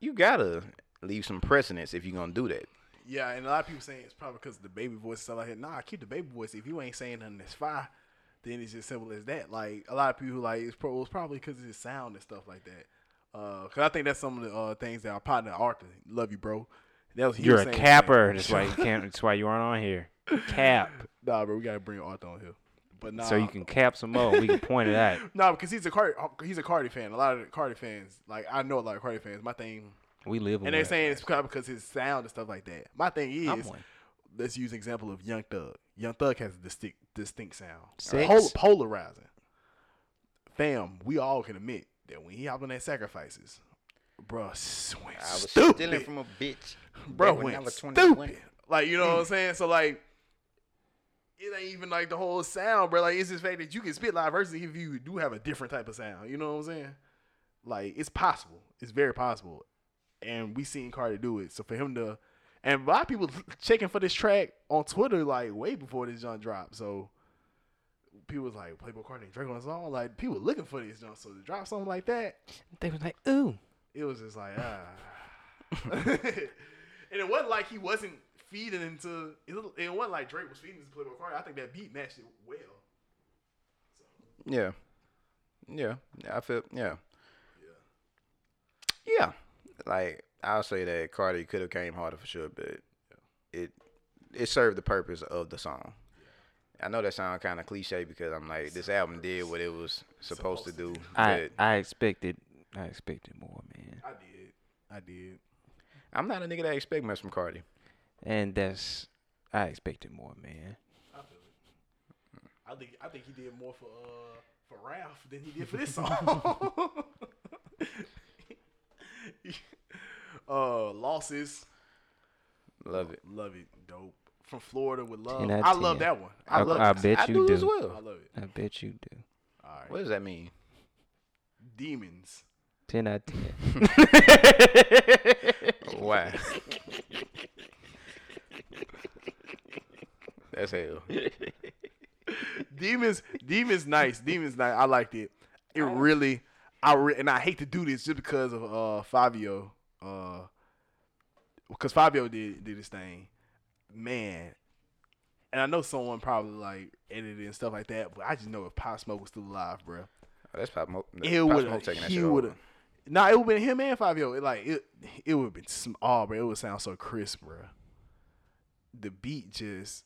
Speaker 2: you gotta leave some precedence if you're gonna do that.
Speaker 3: Yeah, and a lot of people saying it's probably because the baby voice stuff like that. Nah, keep the baby voice. If you ain't saying nothing that's fire, then it's as simple as that. Like a lot of people like it's, pro- it's probably because it's sound and stuff like that. Uh, cause I think that's some of the uh, things that our partner Arthur, love you, bro. That was he
Speaker 1: You're
Speaker 3: was
Speaker 1: a
Speaker 3: saying-
Speaker 1: capper. That's why you can't. That's why you aren't on here. Cap.
Speaker 3: nah, bro. We gotta bring Arthur on here, but nah.
Speaker 1: So you can cap some more. We can point it out.
Speaker 3: nah, because he's a Cardi, he's a Cardi fan. A lot of the Cardi fans, like I know a lot of Cardi fans. My thing,
Speaker 1: We live.
Speaker 3: and they're saying it's probably because his sound and stuff like that. My thing is,
Speaker 1: I'm one.
Speaker 3: let's use an example of Young Thug. Young Thug has a distinct distinct sound.
Speaker 1: Six.
Speaker 3: Pol- polarizing. Fam, we all can admit that when he hopped on that sacrifices, bro, went
Speaker 2: I was
Speaker 3: stupid.
Speaker 2: stealing from a bitch.
Speaker 3: bro,
Speaker 2: back
Speaker 3: went
Speaker 2: I was 21.
Speaker 3: stupid. Like you know what I'm saying? So like, it ain't even like the whole sound, bro. Like it's just fact that you can spit live versus if you do have a different type of sound. You know what I'm saying? Like it's possible. It's very possible, and we seen Carter do it. So for him to, and a lot of people checking for this track on Twitter like way before this joint dropped. So. People was like Playboy Carter and Drake on the song. Like people looking for this, joint. so to drop something like that,
Speaker 1: They was like, ooh.
Speaker 3: it was just like ah, and it wasn't like he wasn't feeding into it. It wasn't like Drake was feeding into Playboy Cardi. I think that beat matched it well.
Speaker 2: Yeah. Yeah. I feel yeah. Yeah. Like I'll say that Cardi could have came harder for sure, but it it served the purpose of the song. I know that sound kind of cliche because I'm like this album did what it was supposed, to do.
Speaker 1: I
Speaker 2: But
Speaker 1: I expected. I expected more, man.
Speaker 3: I did. I did.
Speaker 2: I'm not a nigga that expect much from Cardi.
Speaker 1: And that's. I expected more, man.
Speaker 3: I feel it. I think. I think he did more for uh for Ralph than he did for this song. uh, losses.
Speaker 2: Love it.
Speaker 3: Love it. Dope. From Florida with love.
Speaker 1: 10 out of
Speaker 3: I love
Speaker 1: 10.
Speaker 3: that one. I,
Speaker 1: I,
Speaker 3: love.
Speaker 1: I
Speaker 3: it.
Speaker 1: bet
Speaker 2: I
Speaker 1: you
Speaker 2: do
Speaker 1: do.
Speaker 2: as
Speaker 3: I
Speaker 2: well.
Speaker 3: love it.
Speaker 1: I bet you do.
Speaker 3: All right.
Speaker 2: What does that mean?
Speaker 3: Demons.
Speaker 1: Ten out of ten.
Speaker 2: Why? That's hell.
Speaker 3: Demons, Demons, nice. Demons, nice. I liked it. It really, I re- and I hate to do this just because of uh Fabio, uh, because Fabio did did his thing, man. And I know someone probably like edited and stuff like that, but I just know if Pop Smoke was still alive, bro,
Speaker 2: Oh, that's Pop Smoke. that's
Speaker 3: it
Speaker 2: Pop
Speaker 3: would
Speaker 2: Smoke taking that
Speaker 3: he
Speaker 2: shit
Speaker 3: would
Speaker 2: over.
Speaker 3: have. Nah, it would been him and Fabio. It like it, it would have been sm- oh, bro. It would sound so crisp, bro. The beat just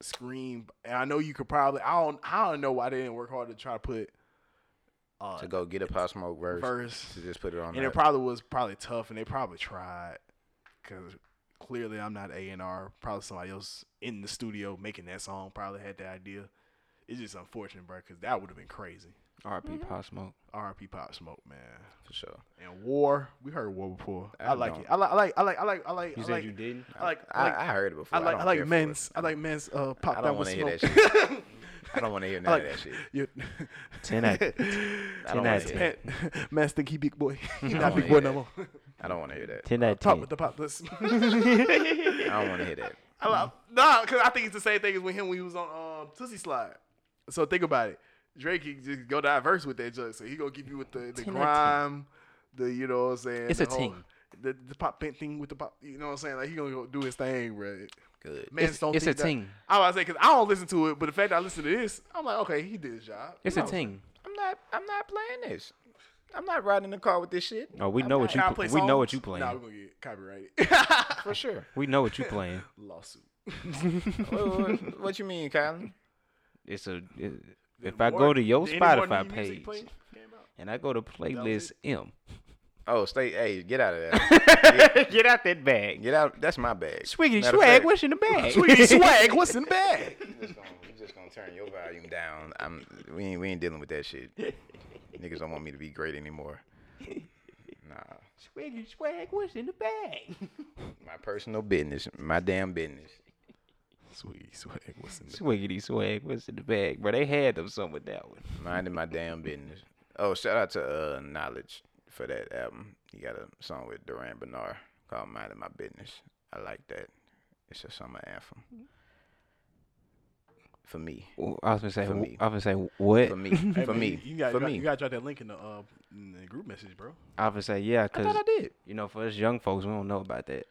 Speaker 3: scream. And I know you could probably. I don't. I don't know why they didn't work hard to try to put uh,
Speaker 2: to go get a Pop Smoke verse,
Speaker 3: verse,
Speaker 2: to just put it on.
Speaker 3: and
Speaker 2: that.
Speaker 3: it probably was probably tough, and they probably tried because clearly I'm not A and R. Probably somebody else in the studio making that song probably had the idea. It's just unfortunate, bro, because that would have been crazy.
Speaker 1: R.P. Pop Smoke.
Speaker 3: R.I.P. Pop Smoke, man.
Speaker 2: for sure.
Speaker 3: and war. We heard war before. I,
Speaker 2: I
Speaker 3: like
Speaker 2: don't.
Speaker 3: it. I like. I like. I like. I like. I like.
Speaker 1: You
Speaker 3: I
Speaker 1: said
Speaker 3: like,
Speaker 1: you didn't.
Speaker 3: I like. I
Speaker 2: I,
Speaker 3: like.
Speaker 2: I heard it before.
Speaker 3: I like.
Speaker 2: don't care
Speaker 3: I like
Speaker 2: for
Speaker 3: men's.
Speaker 2: it.
Speaker 3: I like men's. Uh, pop
Speaker 2: I
Speaker 3: that
Speaker 2: don't
Speaker 3: with
Speaker 2: want to hear
Speaker 3: smoke.
Speaker 2: that shit. I don't want to hear none of that shit.
Speaker 3: You-
Speaker 1: Ten out-
Speaker 2: I don't
Speaker 1: out
Speaker 2: want
Speaker 1: of
Speaker 2: to
Speaker 1: ten.
Speaker 2: hear.
Speaker 3: Man, Man, think he big boy. He not
Speaker 2: wanna
Speaker 3: big boy
Speaker 2: hear
Speaker 3: no
Speaker 2: that.
Speaker 3: more.
Speaker 2: I don't want to hear that.
Speaker 1: Ten out
Speaker 3: Talk
Speaker 1: of
Speaker 3: with the pop. Let's.
Speaker 2: I don't want to hear that.
Speaker 3: I love, nah, because I think it's the same thing as with him when he was on um, Tootsie Slide. So think about it. Drake can just go diverse with that junk. So he gonna give you with the, the
Speaker 1: Ten out of ten.
Speaker 3: grime, the you know what I'm saying.
Speaker 1: It's
Speaker 3: the
Speaker 1: a
Speaker 3: whole-
Speaker 1: ten.
Speaker 3: The, the pop thing with the pop, you know what I'm saying? Like he gonna go do his thing, bro.
Speaker 2: Good.
Speaker 3: Man,
Speaker 1: It's- it's a
Speaker 3: think that-
Speaker 1: ting.
Speaker 3: I was saying because I don't listen to it, but the fact that I listen to this, I'm like, okay, he did his job.
Speaker 1: It's
Speaker 3: You
Speaker 1: a
Speaker 3: know.
Speaker 1: ting.
Speaker 2: I'm not. I'm not playing this. I'm not riding in the car with this shit.
Speaker 1: Oh, we know what you
Speaker 3: Can I
Speaker 1: pl-
Speaker 3: play
Speaker 1: we know what
Speaker 3: songs?
Speaker 1: you playing.
Speaker 3: Nah, we're gonna get copyrighted.
Speaker 2: for sure.
Speaker 1: We know what you playing.
Speaker 3: Lawsuit.
Speaker 2: what, what, what you mean, Colin?
Speaker 1: It's a. it-
Speaker 3: Did
Speaker 1: if I
Speaker 3: Warren-
Speaker 1: go to your
Speaker 3: did any more
Speaker 1: Spotify
Speaker 3: new music
Speaker 1: page
Speaker 3: play- came out?
Speaker 1: and I go to playlist M,
Speaker 2: Oh, stay. Hey, get out of there.
Speaker 1: get out that bag.
Speaker 2: Get out. That's my bag.
Speaker 1: Swiggity
Speaker 2: Matter
Speaker 1: swag,
Speaker 2: of fact,
Speaker 1: what's in the bag?
Speaker 3: Sweetie swag, what's in bag?
Speaker 2: we just gonna- we just gonna turn your volume down. I'm. We ain't. We ain't dealing with that shit. Niggas don't want me to be great anymore. Nah,
Speaker 1: Swiggity swag, what's in the bag?
Speaker 2: my personal business. My damn business.
Speaker 3: Sweetie swag, what's in
Speaker 1: Swiggity swag, what's in the bag? Bro, they had them some with that one.
Speaker 2: Minding my damn business. Oh, shout out to uh, Knowledge for that album. He got a song with Duran Bernard called Minding My Business. I like that. It's a summer anthem. For me.
Speaker 1: Well, I was gonna say,
Speaker 2: For
Speaker 1: wh-
Speaker 2: me.
Speaker 1: I was gonna say what?
Speaker 2: For me.
Speaker 3: Hey,
Speaker 2: For
Speaker 3: man,
Speaker 2: me.
Speaker 3: you gotta,
Speaker 2: For
Speaker 3: you gotta-
Speaker 2: me.
Speaker 3: you gotta drop that link in the uh in the group message, bro.
Speaker 1: I was gonna say yeah,
Speaker 2: I
Speaker 1: cause
Speaker 2: thought I did.
Speaker 1: you know, for us young folks, we don't know about that.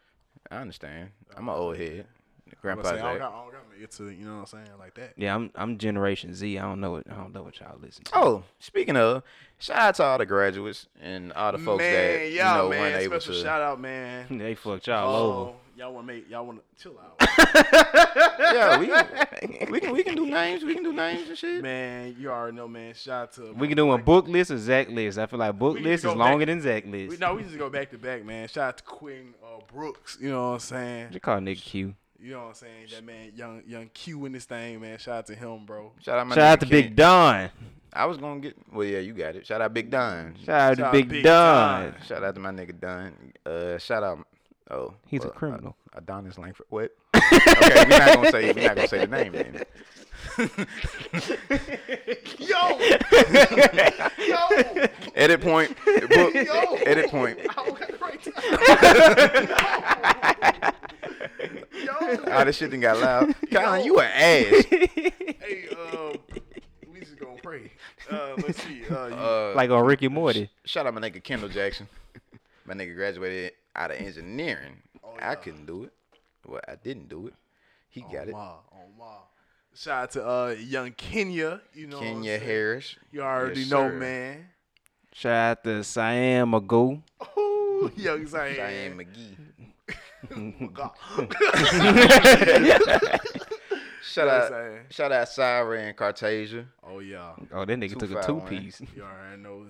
Speaker 2: I understand. I'm an old head.
Speaker 3: I'm gonna
Speaker 2: Grandpa's
Speaker 3: say, I don't
Speaker 2: like,
Speaker 3: got, I don't got it to you know what I'm saying like that.
Speaker 1: Yeah, I'm I'm Generation Z. I don't know what I don't know what y'all listen to.
Speaker 2: Oh, speaking of, shout out to all the graduates and all the folks that you
Speaker 3: y'all,
Speaker 2: know
Speaker 3: man,
Speaker 2: weren't able
Speaker 3: special
Speaker 2: to.
Speaker 3: shout out, man.
Speaker 1: They fucked y'all over.
Speaker 3: Oh, y'all wanna make y'all wanna chill out,
Speaker 2: yeah, we, we can we can do names. We can do names and shit.
Speaker 3: man. You already know, man. Shout out to
Speaker 1: We can do a book list or Zach list. I feel like book
Speaker 3: We need to
Speaker 1: list
Speaker 3: go
Speaker 1: is
Speaker 3: back-
Speaker 1: longer than Zach list.
Speaker 3: We, no, we just go back to back, man. Shout out to Quinn uh, Brooks. You know what I'm saying?
Speaker 1: You call Nick Q.
Speaker 3: You know what I'm saying? That man, young young Q in this thing, man. Shout out to him, bro.
Speaker 2: Shout out my
Speaker 1: Shout out to
Speaker 2: nigga Ken.
Speaker 1: Big Don.
Speaker 2: I was gonna get. Well, yeah, you got it. Shout out Big Don.
Speaker 1: Shout out
Speaker 3: Shout
Speaker 1: to
Speaker 3: out
Speaker 1: Big,
Speaker 3: Big
Speaker 1: Don.
Speaker 3: Don.
Speaker 2: Shout out to my nigga Don. Uh, shout out. Oh,
Speaker 1: He's a
Speaker 2: well,
Speaker 1: criminal.
Speaker 2: uh, Adonis Langford. What? okay, we're not gonna say we're not gonna say the name then.
Speaker 3: Yo, yo.
Speaker 2: Edit point. Book,
Speaker 3: Yo.
Speaker 2: edit point.
Speaker 3: I don't got the right time. Yo.
Speaker 2: All this shit done got loud. Colin, you an ass.
Speaker 3: Hey, um, we just gonna pray. Uh, let's see. Uh, you,
Speaker 2: Uh,
Speaker 1: like on Ricky Morty.
Speaker 2: Shout out my nigga Kendall Jackson. My nigga graduated out of engineering.
Speaker 3: Oh,
Speaker 2: I couldn't do it. Well, I didn't do it. He got
Speaker 3: on
Speaker 2: it.
Speaker 3: Ma, on Ma. oh, Shout out to uh, young Kenya. You know, what I'm
Speaker 2: Kenya
Speaker 3: saying?
Speaker 2: Harris.
Speaker 3: You already
Speaker 2: Yes,
Speaker 3: know,
Speaker 2: sir.
Speaker 3: man.
Speaker 1: Shout out to Siam Magoo.
Speaker 3: Ooh, young
Speaker 2: Diane
Speaker 3: Zion.
Speaker 2: McGee.
Speaker 3: God.
Speaker 1: Oh,
Speaker 2: Shout
Speaker 3: Yes,
Speaker 2: out.
Speaker 3: I am.
Speaker 2: Shout out Syra and Cartasia.
Speaker 3: oh yeah.
Speaker 1: Oh, that nigga took a two
Speaker 2: 251.
Speaker 1: piece.
Speaker 3: You already know.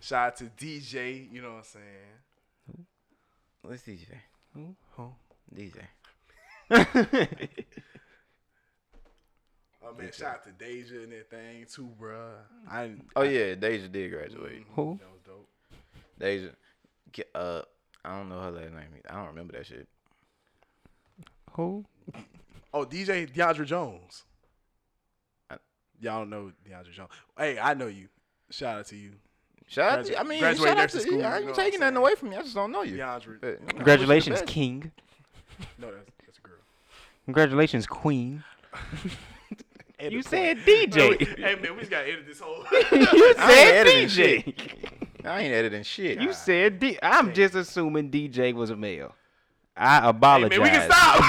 Speaker 3: Shout out to DJ. You know what I'm saying.
Speaker 2: What's DJ?
Speaker 1: Who?
Speaker 3: Who?
Speaker 2: DJ.
Speaker 3: Oh man, shout out to Deja and that thing too, bruh. I Mm-hmm.
Speaker 2: Oh yeah, Deja did graduate.
Speaker 1: Who?
Speaker 3: that was dope. Mm.
Speaker 2: Deja. Ki- Uh, I don't know her last name. I don't remember that shit.
Speaker 1: Who?
Speaker 3: Oh, DJ DeAndre Jones.
Speaker 2: I-
Speaker 3: Y'all don't know DeAndre Jones. Hey, I know you. Shout out to you,
Speaker 2: Shout out.
Speaker 3: Gradu-
Speaker 2: To, I mean,
Speaker 3: graduated
Speaker 2: shout out
Speaker 3: nursing
Speaker 2: to. I
Speaker 3: school, you know
Speaker 2: ain't
Speaker 3: what I'm
Speaker 2: taking nothing
Speaker 3: saying?
Speaker 2: away from you. I just don't know you.
Speaker 3: DeAndre.
Speaker 2: But, you know, I wish you the
Speaker 1: Congratulations,
Speaker 2: best.
Speaker 1: King.
Speaker 3: No, that's that's a girl.
Speaker 1: Congratulations, Queen.
Speaker 3: edit
Speaker 1: You
Speaker 3: point.
Speaker 1: said
Speaker 3: Hey,
Speaker 1: DJ.
Speaker 3: hey man, we just gotta edit this whole.
Speaker 1: you
Speaker 2: I ain't
Speaker 1: said
Speaker 2: editing
Speaker 1: DJ.
Speaker 2: I ain't editing shit.
Speaker 1: You said D. I'm just assuming DJ was a male. I
Speaker 3: hey,
Speaker 1: apologize.
Speaker 3: man, we can stop.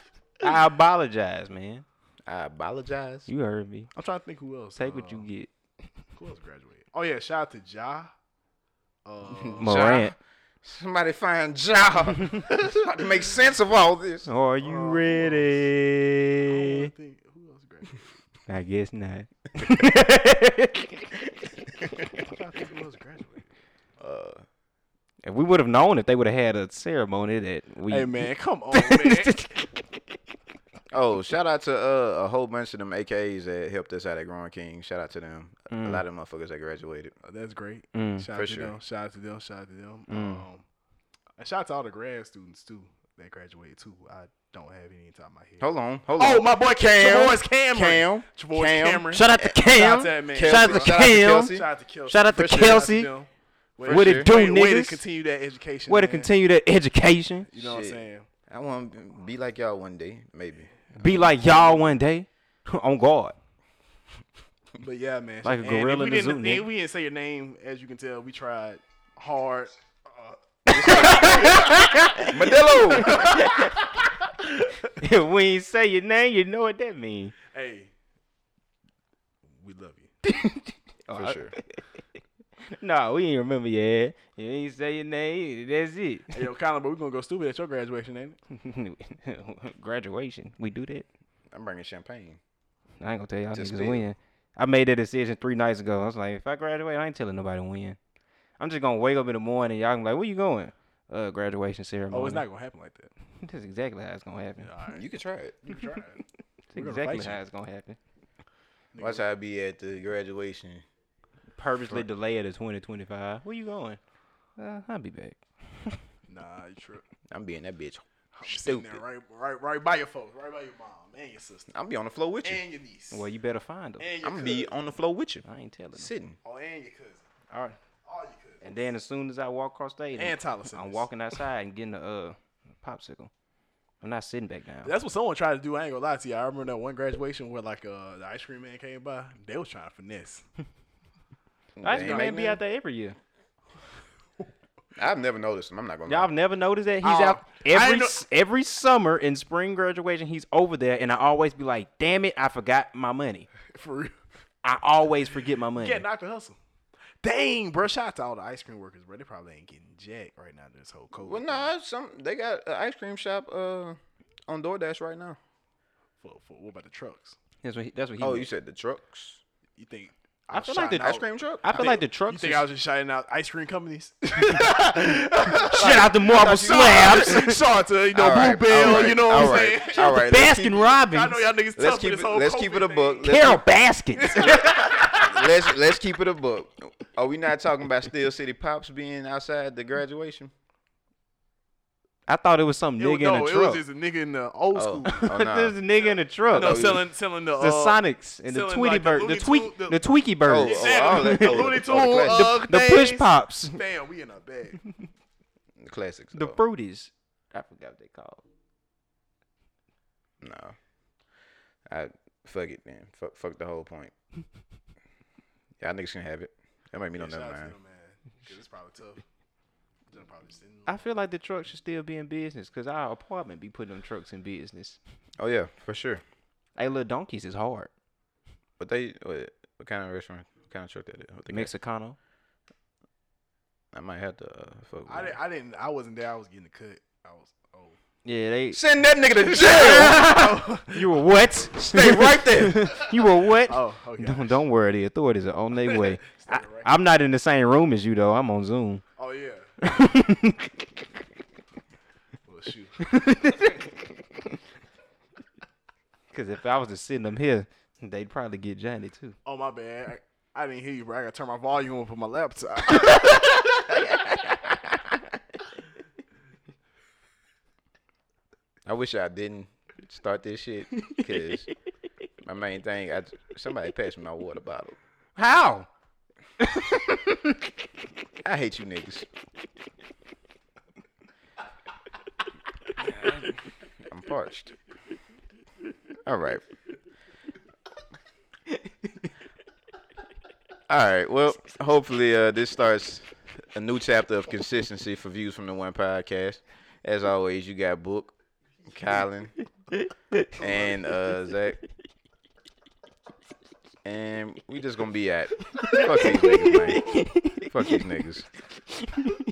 Speaker 1: I apologize, man.
Speaker 2: I apologize.
Speaker 1: You heard me.
Speaker 3: I'm trying to think who else.
Speaker 1: Take what you
Speaker 3: uh,
Speaker 1: get.
Speaker 3: Who else graduated? Oh yeah, shout out to Ja. Uh,
Speaker 1: Morant.
Speaker 2: Somebody find job. Somebody make sense of all this.
Speaker 1: Are you
Speaker 3: Oh, I don't wanna
Speaker 1: ready?
Speaker 3: think who else graduated.
Speaker 1: I guess not.
Speaker 3: I'm trying to think who else graduated.
Speaker 2: Uh,
Speaker 1: and we would have known if they would have had a ceremony that we. Mm.
Speaker 3: Hey man, come on, man.
Speaker 2: oh, shout out to uh, a whole bunch of them AKs that helped us out at Growing King. Shout out to them. A
Speaker 1: Mm.
Speaker 2: lot of them motherfuckers that graduated.
Speaker 3: Oh, that's great.
Speaker 1: Mm.
Speaker 3: Shout
Speaker 2: For
Speaker 3: out to
Speaker 2: sure.
Speaker 3: them. Shout out to them. Shout out to them.
Speaker 1: Mm.
Speaker 3: Um, and shout out to all the grad students too that graduated too. I don't have any top of my head.
Speaker 2: Hold on, hold on.
Speaker 3: Oh, my boy Cam.
Speaker 2: Cam.
Speaker 3: Boys Cameron.
Speaker 2: Cam.
Speaker 3: Javoy's
Speaker 2: Cam.
Speaker 3: Cameron.
Speaker 1: Shout out to
Speaker 3: Shout
Speaker 1: Cam.
Speaker 3: out to that man.
Speaker 2: Kelsey.
Speaker 1: Shout out to
Speaker 2: Shout out to
Speaker 1: Cam.
Speaker 2: Kelsey.
Speaker 3: Shout out to Kelsey.
Speaker 1: Shout out to
Speaker 2: For sure.
Speaker 1: Kelsey.
Speaker 3: Shout out to them. Way-
Speaker 1: What
Speaker 2: sure.
Speaker 1: it do,
Speaker 3: way, way to
Speaker 1: niggas?
Speaker 3: continue that education.
Speaker 1: Way to
Speaker 3: man.
Speaker 1: continue that education.
Speaker 3: You know what I'm
Speaker 2: Shit.
Speaker 3: saying?
Speaker 2: I want to be like y'all one day, maybe.
Speaker 1: Be like y'all one day. On guard.
Speaker 3: But yeah, man.
Speaker 1: Like a
Speaker 3: And if
Speaker 1: gorilla
Speaker 3: we
Speaker 1: in the
Speaker 3: didn't-
Speaker 1: zoo,
Speaker 3: if
Speaker 1: nigga.
Speaker 3: We didn't say your name, as you can tell. We tried hard. Uh,
Speaker 2: Modelo.
Speaker 1: If we ain't say your name, you know what that means.
Speaker 3: hey, we love you.
Speaker 2: For sure.
Speaker 1: No, Uh, we ain't remember your head. You ain't say your name. That's it.
Speaker 3: Hey, yo, Colin, but we're gonna go stupid at your graduation, ain't it?
Speaker 1: Graduation. We do that.
Speaker 2: I'm bringing champagne.
Speaker 1: I ain't gonna tell y'all
Speaker 2: Just
Speaker 1: niggas
Speaker 2: did.
Speaker 1: when. I made that decision three nights ago. I was like, if I graduate, I ain't telling nobody when. I'm just gonna wake up in the morning. Y'all gonna be like, where you going? Uh, graduation ceremony.
Speaker 3: Oh, it's not gonna happen like that.
Speaker 1: That's exactly how it's gonna happen.
Speaker 3: Yeah, all right,
Speaker 2: You can try it.
Speaker 3: you can try. it.
Speaker 1: That's
Speaker 3: gonna
Speaker 1: exactly
Speaker 3: fight you.
Speaker 1: how it's gonna happen.
Speaker 3: Nigga,
Speaker 2: Watch how I be at the graduation.
Speaker 1: Purposely delay it to 2025. Where you going? Uh, I'll be back.
Speaker 3: Nah, you trip.
Speaker 2: I'm being that bitch.
Speaker 3: I'm sitting there
Speaker 2: Stupid.
Speaker 3: right, right, right by your folks, right by your mom and your sister
Speaker 2: I'm be on the floor with you.
Speaker 3: and your niece.
Speaker 1: Well, you better find them.
Speaker 3: and your
Speaker 2: I'm gonna
Speaker 3: cousin.
Speaker 2: be on the floor with you.
Speaker 1: I ain't telling. 'em.
Speaker 2: Sitting.
Speaker 3: oh, and your cousin,
Speaker 1: All right.
Speaker 3: all your cousins.
Speaker 1: And then as soon as I walk across stage,
Speaker 3: and Tyler Simmons.
Speaker 1: I'm walking outside and getting a uh, popsicle. I'm not sitting back down.
Speaker 3: That's what someone tried to do. I ain't gonna lie to you. I remember that one graduation where like uh, the ice cream man came by. They was trying to finesse.
Speaker 1: Ice
Speaker 2: They
Speaker 1: cream man
Speaker 2: ain't make
Speaker 1: be out
Speaker 2: nothing.
Speaker 1: there every year.
Speaker 2: I've never noticed him. I'm not gonna.
Speaker 1: Y'all
Speaker 2: Lie.
Speaker 1: have never noticed that he's
Speaker 3: Oh,
Speaker 1: out
Speaker 3: I ain't
Speaker 1: every
Speaker 3: know-
Speaker 1: s every summer in spring graduation. He's over there, and I always be like, "Damn it, I forgot my money."
Speaker 3: For real.
Speaker 1: I always forget my money.
Speaker 3: Get knocked the hustle. Dang, bro. Shout out to all the ice cream workers, bro. They probably ain't getting jacked right now this whole COVID.
Speaker 2: Well, nah. Some they got an ice cream shop uh on DoorDash right now.
Speaker 3: For, for, what about the trucks?
Speaker 1: That's what he, that's what he.
Speaker 2: Oh,
Speaker 3: Mm.
Speaker 1: meant.
Speaker 2: you said the trucks.
Speaker 3: You think
Speaker 1: I
Speaker 3: was
Speaker 1: feel like
Speaker 3: shouting
Speaker 1: the
Speaker 3: out-
Speaker 2: Ice cream truck.
Speaker 1: I feel like the
Speaker 3: You
Speaker 1: trucks
Speaker 3: think
Speaker 1: is-
Speaker 3: I was just shouting out ice cream companies?
Speaker 1: shit out the marble slabs,
Speaker 3: Shout out to you know
Speaker 2: All right,
Speaker 3: Blue Bell.
Speaker 2: all right,
Speaker 3: You know what
Speaker 2: all
Speaker 3: I'm
Speaker 2: right,
Speaker 3: saying?
Speaker 2: All right. let's keep-
Speaker 1: Baskin Robbins,
Speaker 3: I know y'all niggas
Speaker 2: Let's
Speaker 3: tough
Speaker 2: keep
Speaker 3: with this
Speaker 2: it.
Speaker 3: whole
Speaker 2: Let's keep
Speaker 3: COVID
Speaker 2: it a
Speaker 3: thing.
Speaker 2: book. Let's,
Speaker 1: Carol Baskins.
Speaker 2: let's let's keep it a book. Are we not talking about Steel City Pops being outside the graduation?
Speaker 1: I thought it was some
Speaker 3: It
Speaker 1: nigga
Speaker 3: was, no,
Speaker 1: in a
Speaker 3: it was
Speaker 1: truck.
Speaker 3: just a nigga in the old
Speaker 2: Oh,
Speaker 3: school.
Speaker 2: oh
Speaker 1: There's a
Speaker 2: no.
Speaker 1: nigga in a truck.
Speaker 2: Oh,
Speaker 3: No,
Speaker 2: yeah.
Speaker 3: selling selling the
Speaker 1: the
Speaker 3: uh,
Speaker 1: Sonics and the
Speaker 3: selling,
Speaker 1: Tweety
Speaker 3: like, the
Speaker 1: Bird, the,
Speaker 3: Looney
Speaker 1: Tweet,
Speaker 3: Tunes-
Speaker 1: the Tweaky Birds,
Speaker 2: Oh,
Speaker 3: yeah,
Speaker 2: oh,
Speaker 3: the-
Speaker 2: oh,
Speaker 3: the
Speaker 2: oh,
Speaker 3: Looney Tunes.
Speaker 2: oh, the classics.
Speaker 3: uh,
Speaker 1: the Push
Speaker 3: things.
Speaker 1: Pops,
Speaker 3: Damn, we in a bag.
Speaker 2: The classics. oh,
Speaker 1: the
Speaker 2: though.
Speaker 1: Fruities. I forgot what they called.
Speaker 2: No. I fuck it then. Fuck fuck the whole point. Y'all niggas can have it. That might be no
Speaker 3: Shout
Speaker 2: never
Speaker 3: out to
Speaker 2: mind.
Speaker 3: them, man. 'Cause it's probably tough. They're probably sitting-
Speaker 1: I feel like the truck should still be in business because our apartment be putting them trucks in business.
Speaker 2: Oh yeah, for sure.
Speaker 1: Hey, little donkeys is hard.
Speaker 2: But they what, what kind of restaurant? What kind of truck that is? What they got?
Speaker 1: Mexicano.
Speaker 2: I might have to uh, fuck. With
Speaker 3: I
Speaker 2: it.
Speaker 3: didn't. I didn't. I wasn't there. I was getting the cut. I was. Oh.
Speaker 1: Yeah, they.
Speaker 2: Send that nigga to jail.
Speaker 1: You were what?
Speaker 2: Stay right there.
Speaker 1: you were what?
Speaker 3: Oh. Okay.
Speaker 1: Don't, don't worry, the authorities are on their way.
Speaker 3: Stay
Speaker 1: I,
Speaker 3: right.
Speaker 1: I'm not in the same room as you though. I'm on Zoom.
Speaker 3: Oh yeah. well shoot.
Speaker 1: Because if I was to send them here, they'd probably get Johnny too.
Speaker 3: Oh my bad. I, I didn't hear you, bro. I gotta turn my volume up on my laptop.
Speaker 2: I wish I didn't start this shit because my main thing. I somebody passed me my water bottle.
Speaker 1: How?
Speaker 2: I hate you niggas. I'm parched. All right. All right. Well, hopefully uh, this starts a new chapter of consistency for views from the one podcast. As always, you got Book, Kylan, and uh, Zach. And we just gonna be at it. fuck these niggas, man. Fuck these niggas.